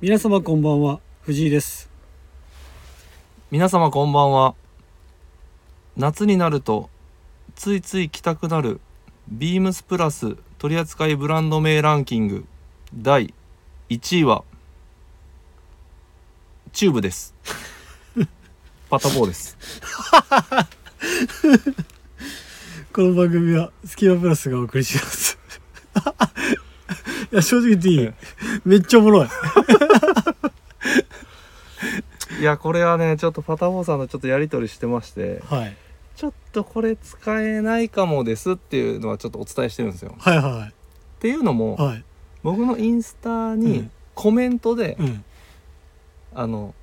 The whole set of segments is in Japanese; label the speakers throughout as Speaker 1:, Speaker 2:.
Speaker 1: 皆様こんばんは藤井です
Speaker 2: 皆様こんばんは夏になるとついつい着たくなるビームスプラス取扱いブランド名ランキング第1位はチューブです パタボーです
Speaker 1: この番組はスキマプラスがお送りします いや正直言っていい
Speaker 2: え
Speaker 1: めっちゃおもろい
Speaker 2: いやこれはねちょっとパタボーさんとちょっとやり取りしてまして
Speaker 1: はい
Speaker 2: ちょっとこれ使えないかもですっていうのはちょっとお伝えしてるんですよ
Speaker 1: はいは
Speaker 2: っていうのも、
Speaker 1: いはい
Speaker 2: 僕のインスタ
Speaker 1: う
Speaker 2: に
Speaker 1: ん
Speaker 2: コメントで、
Speaker 1: うん
Speaker 2: あの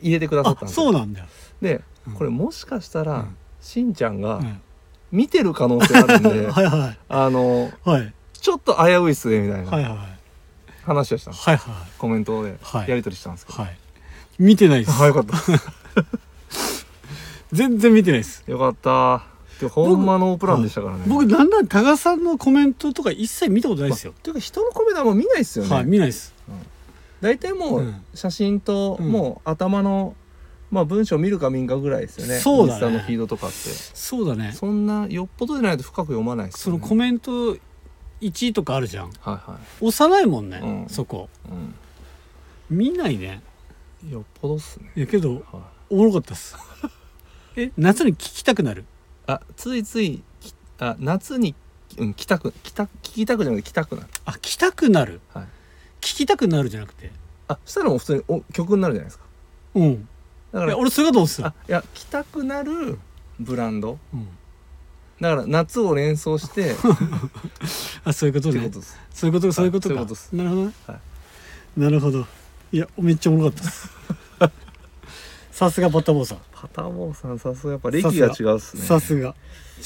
Speaker 2: 入れてくださっ
Speaker 1: あ
Speaker 2: たんですよ
Speaker 1: そうなんだよ
Speaker 2: で
Speaker 1: うん
Speaker 2: これもしかしたら、
Speaker 1: うん
Speaker 2: しんちゃんが
Speaker 1: うん
Speaker 2: 見てる可能性あるん で、
Speaker 1: はいは
Speaker 2: あの
Speaker 1: いはい
Speaker 2: ちょっと危ういっすねみたい
Speaker 1: はいはい
Speaker 2: な
Speaker 1: はい
Speaker 2: 話をしたんです、
Speaker 1: はいは
Speaker 2: コメントで
Speaker 1: はい
Speaker 2: やり取りしたんですけ
Speaker 1: いはい見てないで
Speaker 2: ど、
Speaker 1: す
Speaker 2: あよかった
Speaker 1: 全然見てないです
Speaker 2: よかったでほんまのプランでしたからね
Speaker 1: 僕なんなん加賀さんのコメントとか一切見たことないですよ
Speaker 2: ていうか人のコメントはもう見ないっすよね、
Speaker 1: はい見ないです
Speaker 2: 大体も
Speaker 1: う
Speaker 2: うん写真と
Speaker 1: うん
Speaker 2: もう頭の、まあ文章見るか見んかぐらいですよね
Speaker 1: そうだね
Speaker 2: インスタのフィードとかって
Speaker 1: そうだね
Speaker 2: そんなよっぽどでないと深く読まないっす
Speaker 1: そ
Speaker 2: よ
Speaker 1: の
Speaker 2: ね
Speaker 1: コメント1位とかあるじゃん
Speaker 2: はいは
Speaker 1: 押さないもんね、
Speaker 2: うん
Speaker 1: そこ
Speaker 2: い、うん
Speaker 1: 見ないね
Speaker 2: よっぽどっすね、
Speaker 1: いやけど
Speaker 2: はい
Speaker 1: おもろかったっ すえ夏に聞きたくなる
Speaker 2: あついついきあ夏に、うん、来たく来た聞きたくじゃなくて来たくなる
Speaker 1: あ来たくなる、
Speaker 2: はい
Speaker 1: 聞きたくなるじゃなくて
Speaker 2: あしたらもう普通にお曲になるじゃないですか
Speaker 1: うん
Speaker 2: だか
Speaker 1: いや
Speaker 2: ら
Speaker 1: 俺それかと思ってた
Speaker 2: あいや来たくなるブランド
Speaker 1: うん
Speaker 2: だから夏を連想して って
Speaker 1: あそういうこと
Speaker 2: こ
Speaker 1: ね
Speaker 2: とです
Speaker 1: そういうことそういうことか、
Speaker 2: そういうことっす
Speaker 1: なるほどね、
Speaker 2: は
Speaker 1: なるほどいやめっちゃおもろかったっ すさすがバッタボーさん
Speaker 2: パタボーさんさすがやっぱ歴が違うっすね
Speaker 1: さすが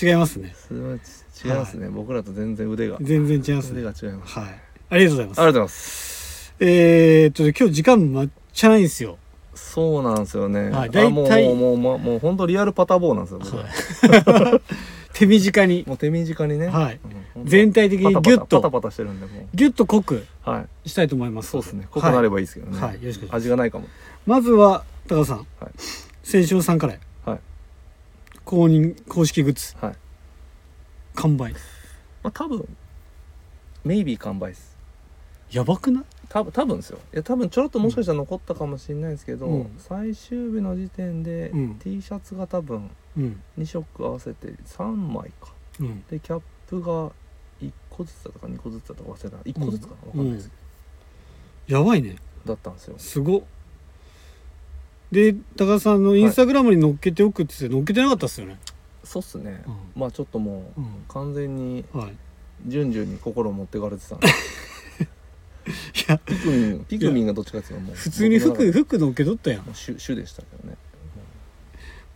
Speaker 1: 違いますね
Speaker 2: すごいち違いますね、僕らと全然腕が
Speaker 1: 全然違います
Speaker 2: 腕
Speaker 1: ね
Speaker 2: が違います
Speaker 1: はいありがとうございます
Speaker 2: ありがとうございます
Speaker 1: えー、っと今日時間まっちゃないんですよ
Speaker 2: そうなんですよね、
Speaker 1: はい
Speaker 2: あ
Speaker 1: 大
Speaker 2: もう
Speaker 1: 体
Speaker 2: もうもうもう本当リアルパタボーなんですよ僕ら、
Speaker 1: はい 手短に
Speaker 2: もう手短にね、
Speaker 1: はい
Speaker 2: うんほんと
Speaker 1: 全体的にギュッと
Speaker 2: パタパタパタパタしてるんでも
Speaker 1: ギュッと濃く
Speaker 2: うはい
Speaker 1: したいと思います
Speaker 2: そうですね濃くなればいいですけどね、
Speaker 1: はい、はい、よろしくお願いします
Speaker 2: 味がないかも
Speaker 1: まずは高田さん、先週の3から
Speaker 2: はい
Speaker 1: 公認公式グッズ
Speaker 2: はい
Speaker 1: 完売
Speaker 2: まあ多分メイビー完売です
Speaker 1: やばくない
Speaker 2: 多分多分ですよいや多分ちょろっともしかしたら残ったかもしれないですけど、
Speaker 1: うん
Speaker 2: 最終日の時点で
Speaker 1: うん
Speaker 2: T シャツが多分
Speaker 1: うん
Speaker 2: 2色合わせて3枚か
Speaker 1: うん
Speaker 2: でキャップが1個ずつだったか2個ずつだったか忘れた1個ずつかな分かんないですけど、
Speaker 1: やばいね
Speaker 2: だったんですよ
Speaker 1: すごっで高田さんのインスタグラムに載っけておくって言って載っけてなかったっすよね、
Speaker 2: そうっすね、まあちょっともう、
Speaker 1: うん
Speaker 2: 完全に
Speaker 1: はい、い
Speaker 2: 順々に心を持ってかれてたんで
Speaker 1: や
Speaker 2: ピクミンピクミンがどっちかっていうともう
Speaker 1: 普通に
Speaker 2: 僕の中
Speaker 1: 服
Speaker 2: で
Speaker 1: 服載っけとったやん
Speaker 2: もう主主でしたけどね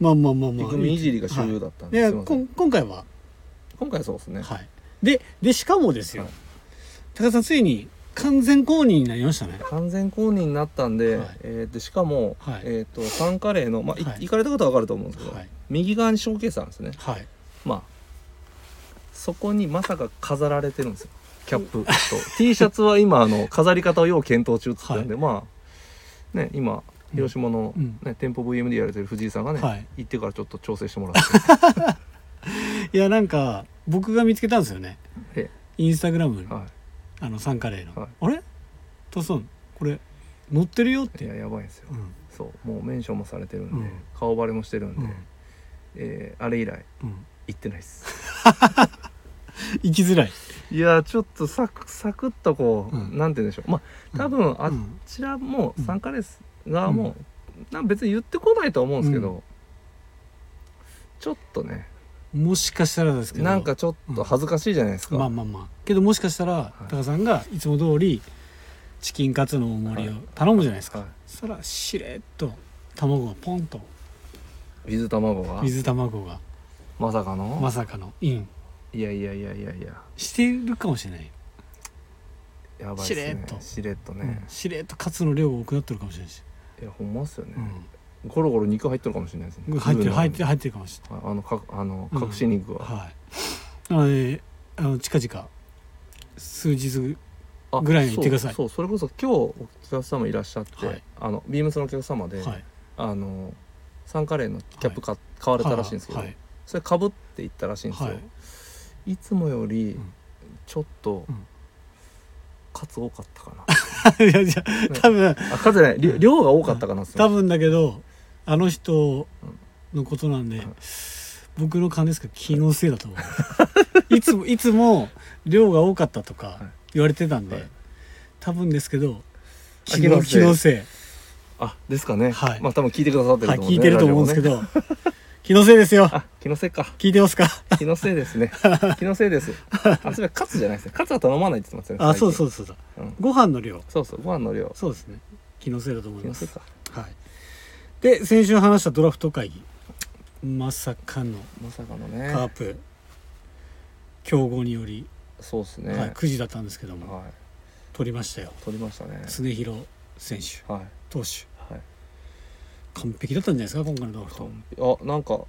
Speaker 1: まあまあまあま
Speaker 2: ピ
Speaker 1: あ
Speaker 2: クミンいじりが主流だったん
Speaker 1: で
Speaker 2: です,、
Speaker 1: こん
Speaker 2: ん
Speaker 1: 今回は、
Speaker 2: 今回はそうですね、
Speaker 1: はいででしかもですよ、
Speaker 2: はい
Speaker 1: 高田さんついに完全公認になりましたね
Speaker 2: 完全公認になったんで,、
Speaker 1: はい
Speaker 2: えー、でしかも、
Speaker 1: はい
Speaker 2: えー、とサンカレーの、まあい
Speaker 1: はい
Speaker 2: 行かれたことは分かると思うんですけど、
Speaker 1: はい
Speaker 2: 右側にショーケースあるんですね
Speaker 1: はい
Speaker 2: まあそこにまさか飾られてるんですよキャ ップと T シャツは今あの飾り方を要検討中っつったんで、まあね今広島の、
Speaker 1: うん
Speaker 2: ね店舗 VM でやられてる藤井さんがね、
Speaker 1: はい
Speaker 2: 行ってからちょっと調整してもら って、
Speaker 1: いやなんか僕が見つけたんですよね
Speaker 2: え
Speaker 1: インスタグラムに
Speaker 2: えは
Speaker 1: あのサンカレーの、
Speaker 2: はい
Speaker 1: あれトソンこれ乗ってるよっ
Speaker 2: い、いや
Speaker 1: て、
Speaker 2: やばいんですよ、
Speaker 1: うん
Speaker 2: そうもうメンションもされてるんで、
Speaker 1: うん
Speaker 2: 顔バレもしてるんで、
Speaker 1: うん
Speaker 2: えーあれ以来
Speaker 1: うん、
Speaker 2: 行ってないっす
Speaker 1: 行きづらい、
Speaker 2: いやちょっとサクサクっとこう、
Speaker 1: うん
Speaker 2: なんて言うんでしょうまあ多分あ
Speaker 1: う
Speaker 2: っ
Speaker 1: ん
Speaker 2: ちらも
Speaker 1: うん
Speaker 2: 参加ですがもう、なん別に言ってこないとは思うんですけど、
Speaker 1: う
Speaker 2: ちょっとね
Speaker 1: もしかしたらですけど
Speaker 2: なんかちょっと恥ずかしいじゃないですか、
Speaker 1: まあまあまあけどもしかしたら
Speaker 2: い
Speaker 1: 高田さんがいつも通りチキンカツの大盛りを頼むじゃないですか、
Speaker 2: はい
Speaker 1: そしたらしれっと卵がポンと
Speaker 2: 水卵が
Speaker 1: 水卵が
Speaker 2: まさかの、
Speaker 1: まさかのイン
Speaker 2: いやいやいやいやいや
Speaker 1: してるかもしれない、
Speaker 2: やばいっす
Speaker 1: し
Speaker 2: ね
Speaker 1: れっと
Speaker 2: しれっと
Speaker 1: うん
Speaker 2: ね、
Speaker 1: しれっとカツの量が多くなってるかもしれないし、
Speaker 2: いやほんまっすよね
Speaker 1: う、ん
Speaker 2: ゴロゴロ肉入ってるかもしれないですね
Speaker 1: 入ってる入ってる
Speaker 2: る
Speaker 1: 入ってるかもしれ
Speaker 2: あのかあの
Speaker 1: うん
Speaker 2: 隠し肉
Speaker 1: な
Speaker 2: は、
Speaker 1: いはいなのであの近々数日
Speaker 2: あ
Speaker 1: ぐらいに言ってください
Speaker 2: そうそうそれこそ今日お客様いらっしゃって、
Speaker 1: はい
Speaker 2: あのビームスのお客様で、
Speaker 1: はい
Speaker 2: あのサンカレーのキャップ買,、買われたらしいんですけど、
Speaker 1: はい
Speaker 2: それかぶっていったらしいんですよ、
Speaker 1: はい
Speaker 2: い、つもより
Speaker 1: ん
Speaker 2: ちょっと、
Speaker 1: うん
Speaker 2: 数多かったか
Speaker 1: い やじゃあ多分
Speaker 2: なあ数じ ゃないりょ量が多かったかな、
Speaker 1: 多分だけどあの人
Speaker 2: うん
Speaker 1: のことなんで、
Speaker 2: ん
Speaker 1: 僕の勘ですけど気のせいだと思う いつもいつも量が多かったとか
Speaker 2: はい
Speaker 1: 言われてたんで、
Speaker 2: はい
Speaker 1: 多分ですけど気
Speaker 2: 気の
Speaker 1: の
Speaker 2: せ
Speaker 1: 気
Speaker 2: い
Speaker 1: のせ
Speaker 2: あですかね、
Speaker 1: はい
Speaker 2: まあ多分聞いてくださっ
Speaker 1: い、
Speaker 2: てる
Speaker 1: はい、
Speaker 2: と思う
Speaker 1: 聞いてると思うんですけ
Speaker 2: ラジ
Speaker 1: ど、 気のせいですよ
Speaker 2: オねあ気のせいか
Speaker 1: 聞いてますか
Speaker 2: 気のせいで すね気のせいですあそれはカツじゃないですねカツは頼まないって言ってますよね
Speaker 1: あそう
Speaker 2: う、
Speaker 1: そうそうそう
Speaker 2: うん、
Speaker 1: ご飯の量
Speaker 2: そうそうご飯の量
Speaker 1: そうですね気のせいだと思い
Speaker 2: 気の
Speaker 1: ま
Speaker 2: せ
Speaker 1: す
Speaker 2: いか
Speaker 1: はいで先週話したドラフト会議まさかの
Speaker 2: まさかの
Speaker 1: カー
Speaker 2: ね
Speaker 1: プ、競合により、
Speaker 2: そうですね、
Speaker 1: はい、9時だったんですけども
Speaker 2: はい
Speaker 1: 取りましたよ
Speaker 2: 取りましたね
Speaker 1: 常広選手
Speaker 2: はい
Speaker 1: 投手
Speaker 2: はい
Speaker 1: 完璧だったんじゃないですか今回のドラフト、
Speaker 2: あなんか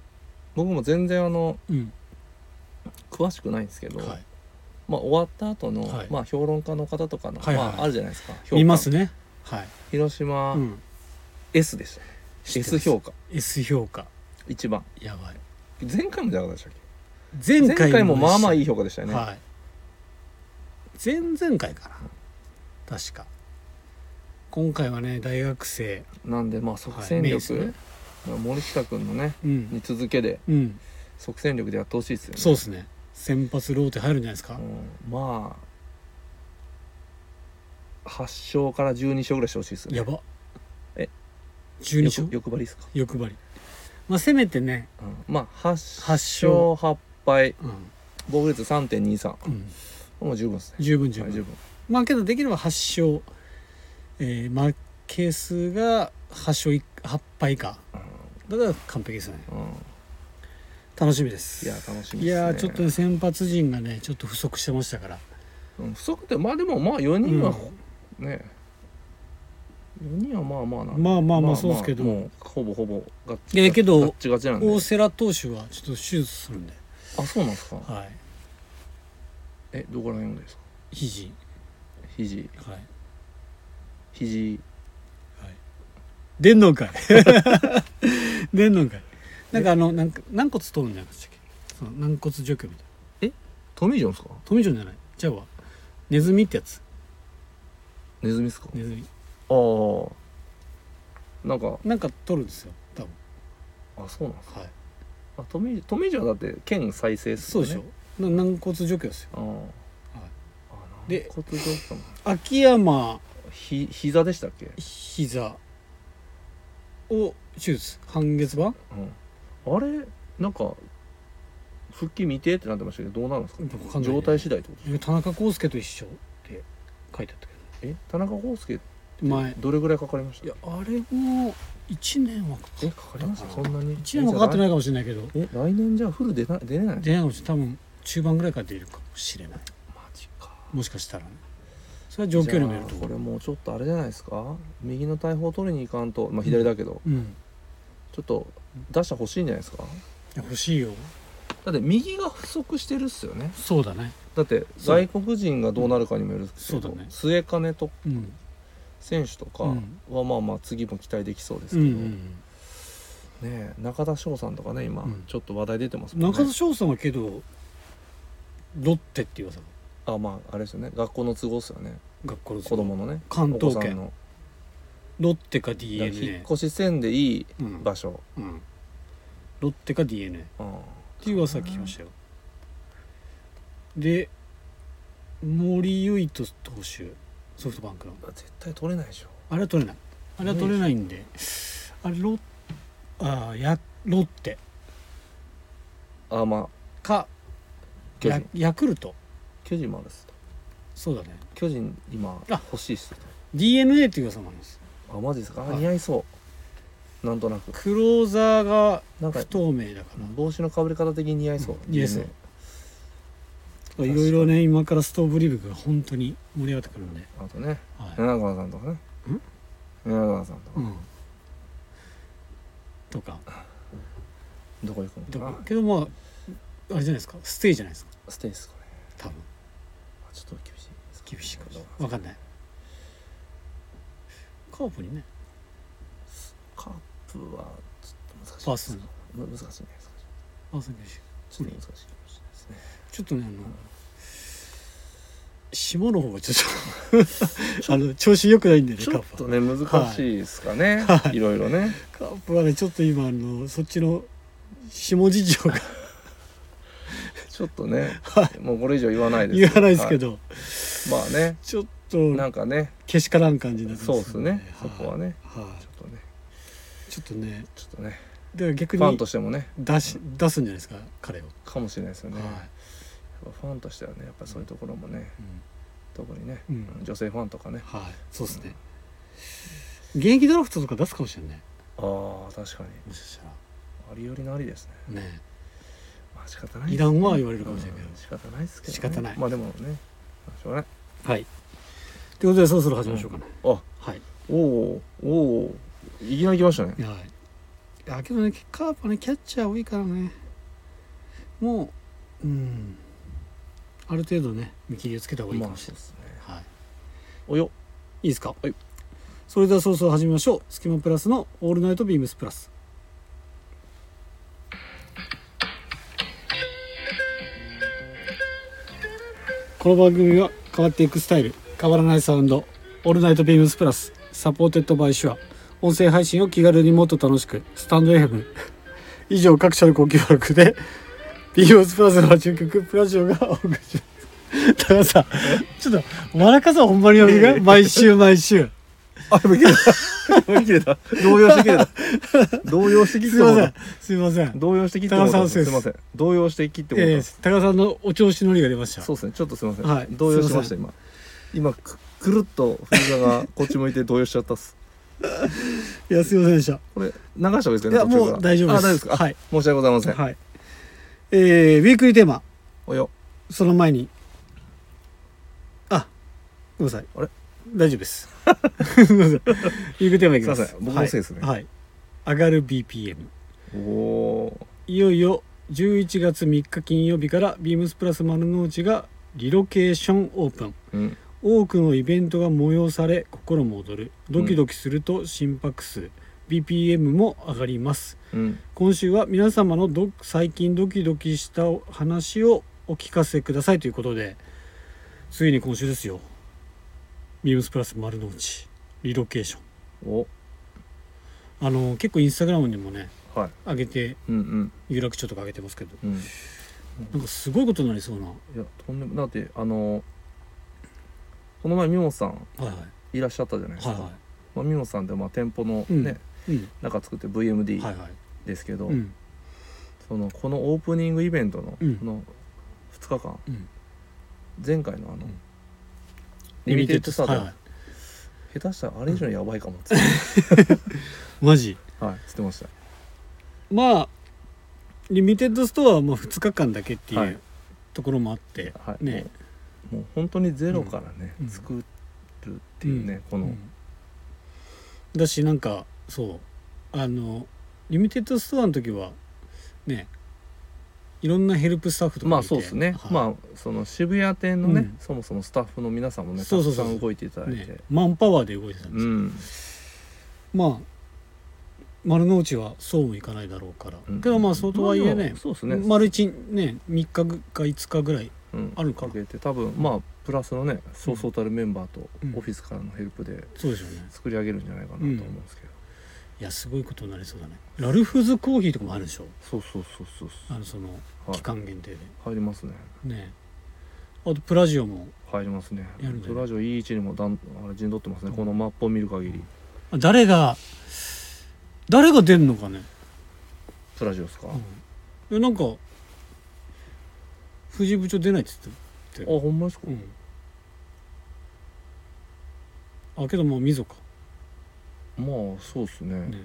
Speaker 2: 僕も全然あの
Speaker 1: うん
Speaker 2: 詳しくないんですけど、
Speaker 1: はい、
Speaker 2: まあ終わった後の、
Speaker 1: はい
Speaker 2: まあ評論家の方とかの、
Speaker 1: はいはいはい
Speaker 2: まああるじゃないですか評価
Speaker 1: 見ますねはい、
Speaker 2: 広島、
Speaker 1: うん
Speaker 2: S でしたね
Speaker 1: 知ってま
Speaker 2: S
Speaker 1: す
Speaker 2: 評価
Speaker 1: S 評価
Speaker 2: 一番
Speaker 1: やばい
Speaker 2: 前回もじゃなかったでしたっ
Speaker 1: 前
Speaker 2: け前回もまあまあい
Speaker 1: い
Speaker 2: い評価でしたよね、
Speaker 1: はい前々回かな確か今回はね大学生、
Speaker 2: なんでまあ即戦
Speaker 1: はいメイ
Speaker 2: 力、
Speaker 1: スね
Speaker 2: 森下君のね
Speaker 1: うん
Speaker 2: に続けで
Speaker 1: うん、
Speaker 2: 即戦力でやってほしいですよね
Speaker 1: そうですね先発ローテ入るんじゃないですか、
Speaker 2: うんまあ8勝から12勝ぐらいしてほしいですよね
Speaker 1: やば
Speaker 2: え
Speaker 1: 12勝
Speaker 2: 欲欲張りですか、
Speaker 1: 欲張りまあせめてね
Speaker 2: うんまあ8
Speaker 1: 8
Speaker 2: 勝8敗
Speaker 1: うん、
Speaker 2: 防御率3.23
Speaker 1: うん、
Speaker 2: もう十分ですね
Speaker 1: 十分十
Speaker 2: は
Speaker 1: 分
Speaker 2: い十分
Speaker 1: まあけどできれば8勝、えー、負け数が8勝い8敗以下だから完璧ですね
Speaker 2: うん
Speaker 1: 楽しみです
Speaker 2: いや楽しみですね
Speaker 1: いやーちょっとね先発陣がねちょっと不足してましたから
Speaker 2: うん不足ってまあでもまあ4人は
Speaker 1: うん
Speaker 2: ね4人はまあまあな
Speaker 1: まあまあまあそうですけど、
Speaker 2: もうほぼほぼガッチ
Speaker 1: いやけど
Speaker 2: ガッチガチなんで
Speaker 1: 大瀬良投手はちょっと手術するんで
Speaker 2: あそうなんですか
Speaker 1: はい
Speaker 2: えどこら辺ですか
Speaker 1: 肘
Speaker 2: 肘
Speaker 1: はい、はい、
Speaker 2: 肘
Speaker 1: 出んのん かい出んのんかいなんかあのなんか軟骨取るんじゃなかったっけその軟骨除去みたいな
Speaker 2: トミージョンですか
Speaker 1: 富城じゃないじゃあネズミってやつ
Speaker 2: ネズミですか
Speaker 1: ネズミ
Speaker 2: ああなんか
Speaker 1: なんか取るんですよ多分
Speaker 2: あそうなんですか
Speaker 1: はい
Speaker 2: あトミートミージョンはだって県再生です
Speaker 1: そう
Speaker 2: よね
Speaker 1: でしょ、な軟骨除去ですよ
Speaker 2: ああ、
Speaker 1: い
Speaker 2: で骨折だったの
Speaker 1: 秋山
Speaker 2: ひ膝でしたっけ、う
Speaker 1: 膝を手術半月板
Speaker 2: ん、あれなんか復帰未定ってなってましたけどどうなるんですか,、
Speaker 1: わかんないね
Speaker 2: 状態次第ってこと
Speaker 1: 田中康介と一緒って書いてあったけ
Speaker 2: え田中康介
Speaker 1: ど前
Speaker 2: どれぐらいかかりました
Speaker 1: いやあれも1年はかか
Speaker 2: えかかりましたそんなに
Speaker 1: 1年はかかってないいかもしれないけど
Speaker 2: え来年じゃあフル出な出れない
Speaker 1: 出ないかもしれない多分中盤ぐらいから出るかもしれない
Speaker 2: マジか
Speaker 1: もしかしたらねそれは状況にもよると
Speaker 2: じゃあ
Speaker 1: 思
Speaker 2: これ
Speaker 1: う
Speaker 2: もうちょっとあれじゃないですか右の大砲取りに行かんとまあ左だけど、
Speaker 1: うんい
Speaker 2: ちょっと出した欲しいんじゃないですか
Speaker 1: や欲しいよ
Speaker 2: だって右が不足してるっすよね
Speaker 1: そうだね
Speaker 2: だって
Speaker 1: そう
Speaker 2: 外国人がどうなるかにもよるけ
Speaker 1: そう
Speaker 2: ど、
Speaker 1: だね
Speaker 2: 末金と
Speaker 1: うん
Speaker 2: 選手とか
Speaker 1: うん
Speaker 2: はまあまあ次も期待できそうです
Speaker 1: う
Speaker 2: け
Speaker 1: んう
Speaker 2: ど、
Speaker 1: ん
Speaker 2: ねえ中田翔さんとかね今
Speaker 1: うん
Speaker 2: ちょっと話題出てますもんね
Speaker 1: 中田翔さんはけどロッテっていう噂
Speaker 2: あまああれですよね学校の都合ですよね
Speaker 1: 学校の
Speaker 2: 子供のね
Speaker 1: 関東
Speaker 2: お子さん
Speaker 1: 圏
Speaker 2: の
Speaker 1: ロッテか
Speaker 2: だから引っ
Speaker 1: DNA
Speaker 2: 越しせんでいい
Speaker 1: うん
Speaker 2: 場所、
Speaker 1: うんロッテか DNA っ
Speaker 2: うん
Speaker 1: ていう噂は聞きましたよで森唯斗投手ソフトバンクの
Speaker 2: 絶対取れないでしょ
Speaker 1: あれは取れないあれは取れないんであれロッあーやロッテ
Speaker 2: あまあ
Speaker 1: か
Speaker 2: 巨
Speaker 1: ヤ
Speaker 2: 人
Speaker 1: ヤクルト
Speaker 2: 巨人もあるっす
Speaker 1: そうだね
Speaker 2: 巨人今
Speaker 1: あ
Speaker 2: 欲しいっす
Speaker 1: DNA っていう噂もあります
Speaker 2: あマジですかあ
Speaker 1: はい
Speaker 2: 似合いそうなんとなく
Speaker 1: クローザーが
Speaker 2: なんか
Speaker 1: 不透明だから
Speaker 2: 帽子のかぶり方的に似合いそう、
Speaker 1: うん似合いそう
Speaker 2: ね
Speaker 1: いろいろね今からストーブリブが本当に盛り上がってくるんで、
Speaker 2: あとね
Speaker 1: はい
Speaker 2: 柳川さんとかね柳川さんとか、
Speaker 1: うん、とか
Speaker 2: どこ行く
Speaker 1: と
Speaker 2: のか
Speaker 1: か
Speaker 2: な
Speaker 1: けどまああれじゃないですかステイじゃないですか
Speaker 2: ステイですかね
Speaker 1: 多分
Speaker 2: あちょっと厳しいですか
Speaker 1: 厳しいかもしれないわかんないカープにね
Speaker 2: カープはちょっと難しい
Speaker 1: パーソン
Speaker 2: む難しいね
Speaker 1: あそう厳しい
Speaker 2: ちょっと難しいかもしれないですね
Speaker 1: ちょっとねあの下の方がちょっと あの調子良くないんでね
Speaker 2: ち
Speaker 1: カ
Speaker 2: ょ
Speaker 1: ー
Speaker 2: っ
Speaker 1: プ
Speaker 2: と
Speaker 1: は
Speaker 2: ね難しいですかね、
Speaker 1: はい
Speaker 2: い、ろいろね
Speaker 1: カープはねちょっと今あのそっちの下事情が
Speaker 2: ちょっとね、
Speaker 1: は
Speaker 2: もうこれ以上言わないです
Speaker 1: 言わないですけど、
Speaker 2: はいまあね
Speaker 1: ちょっ
Speaker 2: な
Speaker 1: と
Speaker 2: んかね
Speaker 1: けしからん感じになって
Speaker 2: そうですね
Speaker 1: よ
Speaker 2: そこはね
Speaker 1: はい、
Speaker 2: ちょっとね
Speaker 1: ちょっとね
Speaker 2: ちょっとね
Speaker 1: だから逆
Speaker 2: ファン
Speaker 1: に
Speaker 2: としてもね
Speaker 1: 出し出すんじゃないですか彼を、
Speaker 2: かもしれないですよね、や
Speaker 1: は
Speaker 2: っぱファンとしてはねやっぱそういうところもね
Speaker 1: い、うん
Speaker 2: 特にね、
Speaker 1: うん
Speaker 2: 女性ファンとかね
Speaker 1: はいそうですね現役ドラフトとか出すかもしれない
Speaker 2: ああ確かに
Speaker 1: もしかした
Speaker 2: ありよりのありですね
Speaker 1: らね
Speaker 2: まあ仕方ない
Speaker 1: いらんは言われるかもしれないけど
Speaker 2: うん仕方ないですけど、ね、
Speaker 1: 仕方ない
Speaker 2: まあでもねまあしょうがない
Speaker 1: はいということでそろそろ始めましょうかね、
Speaker 2: あ
Speaker 1: はい
Speaker 2: おおおおいきなり来ましたね
Speaker 1: はいいやけどねカープはねキャッチャー多いからねもううんある程度ね見切りをつけた方がいいかもしれない、
Speaker 2: すね
Speaker 1: はい、
Speaker 2: およ
Speaker 1: いいですか、
Speaker 2: はい、
Speaker 1: それではそろそろ始めましょう「スキマプラス」の「オールナイトビームスプラス」この番組は変わっていくスタイル変わらないサウンド「オールナイトビームスプラス」サポーテッドバイシュア音声配信を気軽にもっと楽しくスタンド FM 以上各社のご協力でビームスプラスの8曲プラジオがお送りしますだからさちょっとマラカさんほんまにやめてくれ毎週毎週
Speaker 2: あ今 切れた今切れた動揺して切れた動揺して切っ
Speaker 1: すい
Speaker 2: て
Speaker 1: ま
Speaker 2: もう
Speaker 1: せ
Speaker 2: た
Speaker 1: んすいません
Speaker 2: 動揺して切っても
Speaker 1: 高田
Speaker 2: うた
Speaker 1: さんそうです
Speaker 2: すいません動揺して切ってもうた
Speaker 1: えー、高田さんのお調子乗りが出ました
Speaker 2: そうですねちょっとすいません、
Speaker 1: はい
Speaker 2: 動揺しまし
Speaker 1: す
Speaker 2: た今今くくるっと藤田がこっち向いて動揺しちゃったっす
Speaker 1: いやすいませんでした
Speaker 2: これ流した方がいいですか
Speaker 1: い
Speaker 2: ね
Speaker 1: や
Speaker 2: 途中から
Speaker 1: もう大丈夫です
Speaker 2: あ大丈夫ですか、
Speaker 1: は
Speaker 2: はいい、申し訳ございません、
Speaker 1: はいえー、ウィークリーテーマ
Speaker 2: およ
Speaker 1: その前にあごめんなさい
Speaker 2: あれ
Speaker 1: 大丈夫です すいませんウィークリーテーマいきます
Speaker 2: すいません僕のせいですね
Speaker 1: はい、はい上がる BPM
Speaker 2: おお
Speaker 1: いよいよ11月3日金曜日からビームスプラス丸の内がリロケーションオープン
Speaker 2: ーうん
Speaker 1: 多くのイベントが催され心も躍るドキドキすると心拍数、BPM も上がります
Speaker 2: うん
Speaker 1: 今週は皆様のど最近ドキドキしたお話をお聞かせくださいということでついに今週ですよビームスプラス丸の内リロケーション
Speaker 2: お
Speaker 1: あの結構インスタグラムにもね
Speaker 2: はい
Speaker 1: 上げて
Speaker 2: うんうん
Speaker 1: 有楽町とか上げてますけど
Speaker 2: うんい
Speaker 1: なんかすごいことになりそうなは
Speaker 2: やとんでもだってあのこの前美穂さん
Speaker 1: いはい
Speaker 2: いらっしゃったじゃないです
Speaker 1: は
Speaker 2: か、
Speaker 1: いは
Speaker 2: まあ、美穂さんってまあ店舗のね、
Speaker 1: うんいうん
Speaker 2: 中作って VMD
Speaker 1: はいはい
Speaker 2: ですけど、
Speaker 1: うん
Speaker 2: そのこのオープニングイベントの,、
Speaker 1: うん
Speaker 2: この2日間
Speaker 1: うん
Speaker 2: 前回のあの、
Speaker 1: ん
Speaker 2: リミテッドスタート、
Speaker 1: はいはい
Speaker 2: 下手したらあれ以上にやばいかもっ つって、
Speaker 1: マジ
Speaker 2: はいつってました
Speaker 1: まあリミテッドストアはまあ2日間だけっていう、
Speaker 2: はい
Speaker 1: ところもあって、
Speaker 2: はい
Speaker 1: ね
Speaker 2: もうもう本当にゼロからね、
Speaker 1: うん
Speaker 2: 作るっていうね、こ
Speaker 1: う
Speaker 2: の、
Speaker 1: んだしなんかそうあのリミテッドストアの時はねいろんなヘルプスタッフとか
Speaker 2: ま
Speaker 1: もい
Speaker 2: あ
Speaker 1: て
Speaker 2: そうですね、
Speaker 1: はい
Speaker 2: まあその渋谷店のね、
Speaker 1: うん
Speaker 2: そもそもスタッフの皆さんもねた
Speaker 1: そうそ
Speaker 2: く
Speaker 1: うそ
Speaker 2: さ
Speaker 1: うん
Speaker 2: 動いていただいて
Speaker 1: ね、マンパワーで動いてたんです
Speaker 2: う
Speaker 1: よ、
Speaker 2: ん
Speaker 1: まあ丸の内はそうもいかないだろうから、
Speaker 2: うん
Speaker 1: けどまあそうとはいえ
Speaker 2: まあで
Speaker 1: ね
Speaker 2: も,、そうですね
Speaker 1: 丸1ね3日か5日ぐらい
Speaker 2: うん、
Speaker 1: あるかな
Speaker 2: けて多分まあプラスのねそうそうたるメンバーと
Speaker 1: うん
Speaker 2: オフィスからのヘルプで
Speaker 1: そうでしょうね
Speaker 2: 作り上げるんじゃないかなと思うんですけど、
Speaker 1: いやすごいことになりそうだねラルフズコーヒーとかもあるでしょ
Speaker 2: そうそうそうそう
Speaker 1: あのその
Speaker 2: はい
Speaker 1: 期間限定で、
Speaker 2: 入りますね
Speaker 1: ねあとプラジオも
Speaker 2: 入りますね
Speaker 1: やるんだよね
Speaker 2: ドラジオいい位置にもだんあれ陣取ってますねこのマップを見る限り
Speaker 1: あ誰が誰が出んのかね、
Speaker 2: プラジオですか、
Speaker 1: うんいやなんか藤井部長出ないって言って
Speaker 2: あほんまですか、
Speaker 1: たうんあけどもう溝か、
Speaker 2: まあそうですね
Speaker 1: ね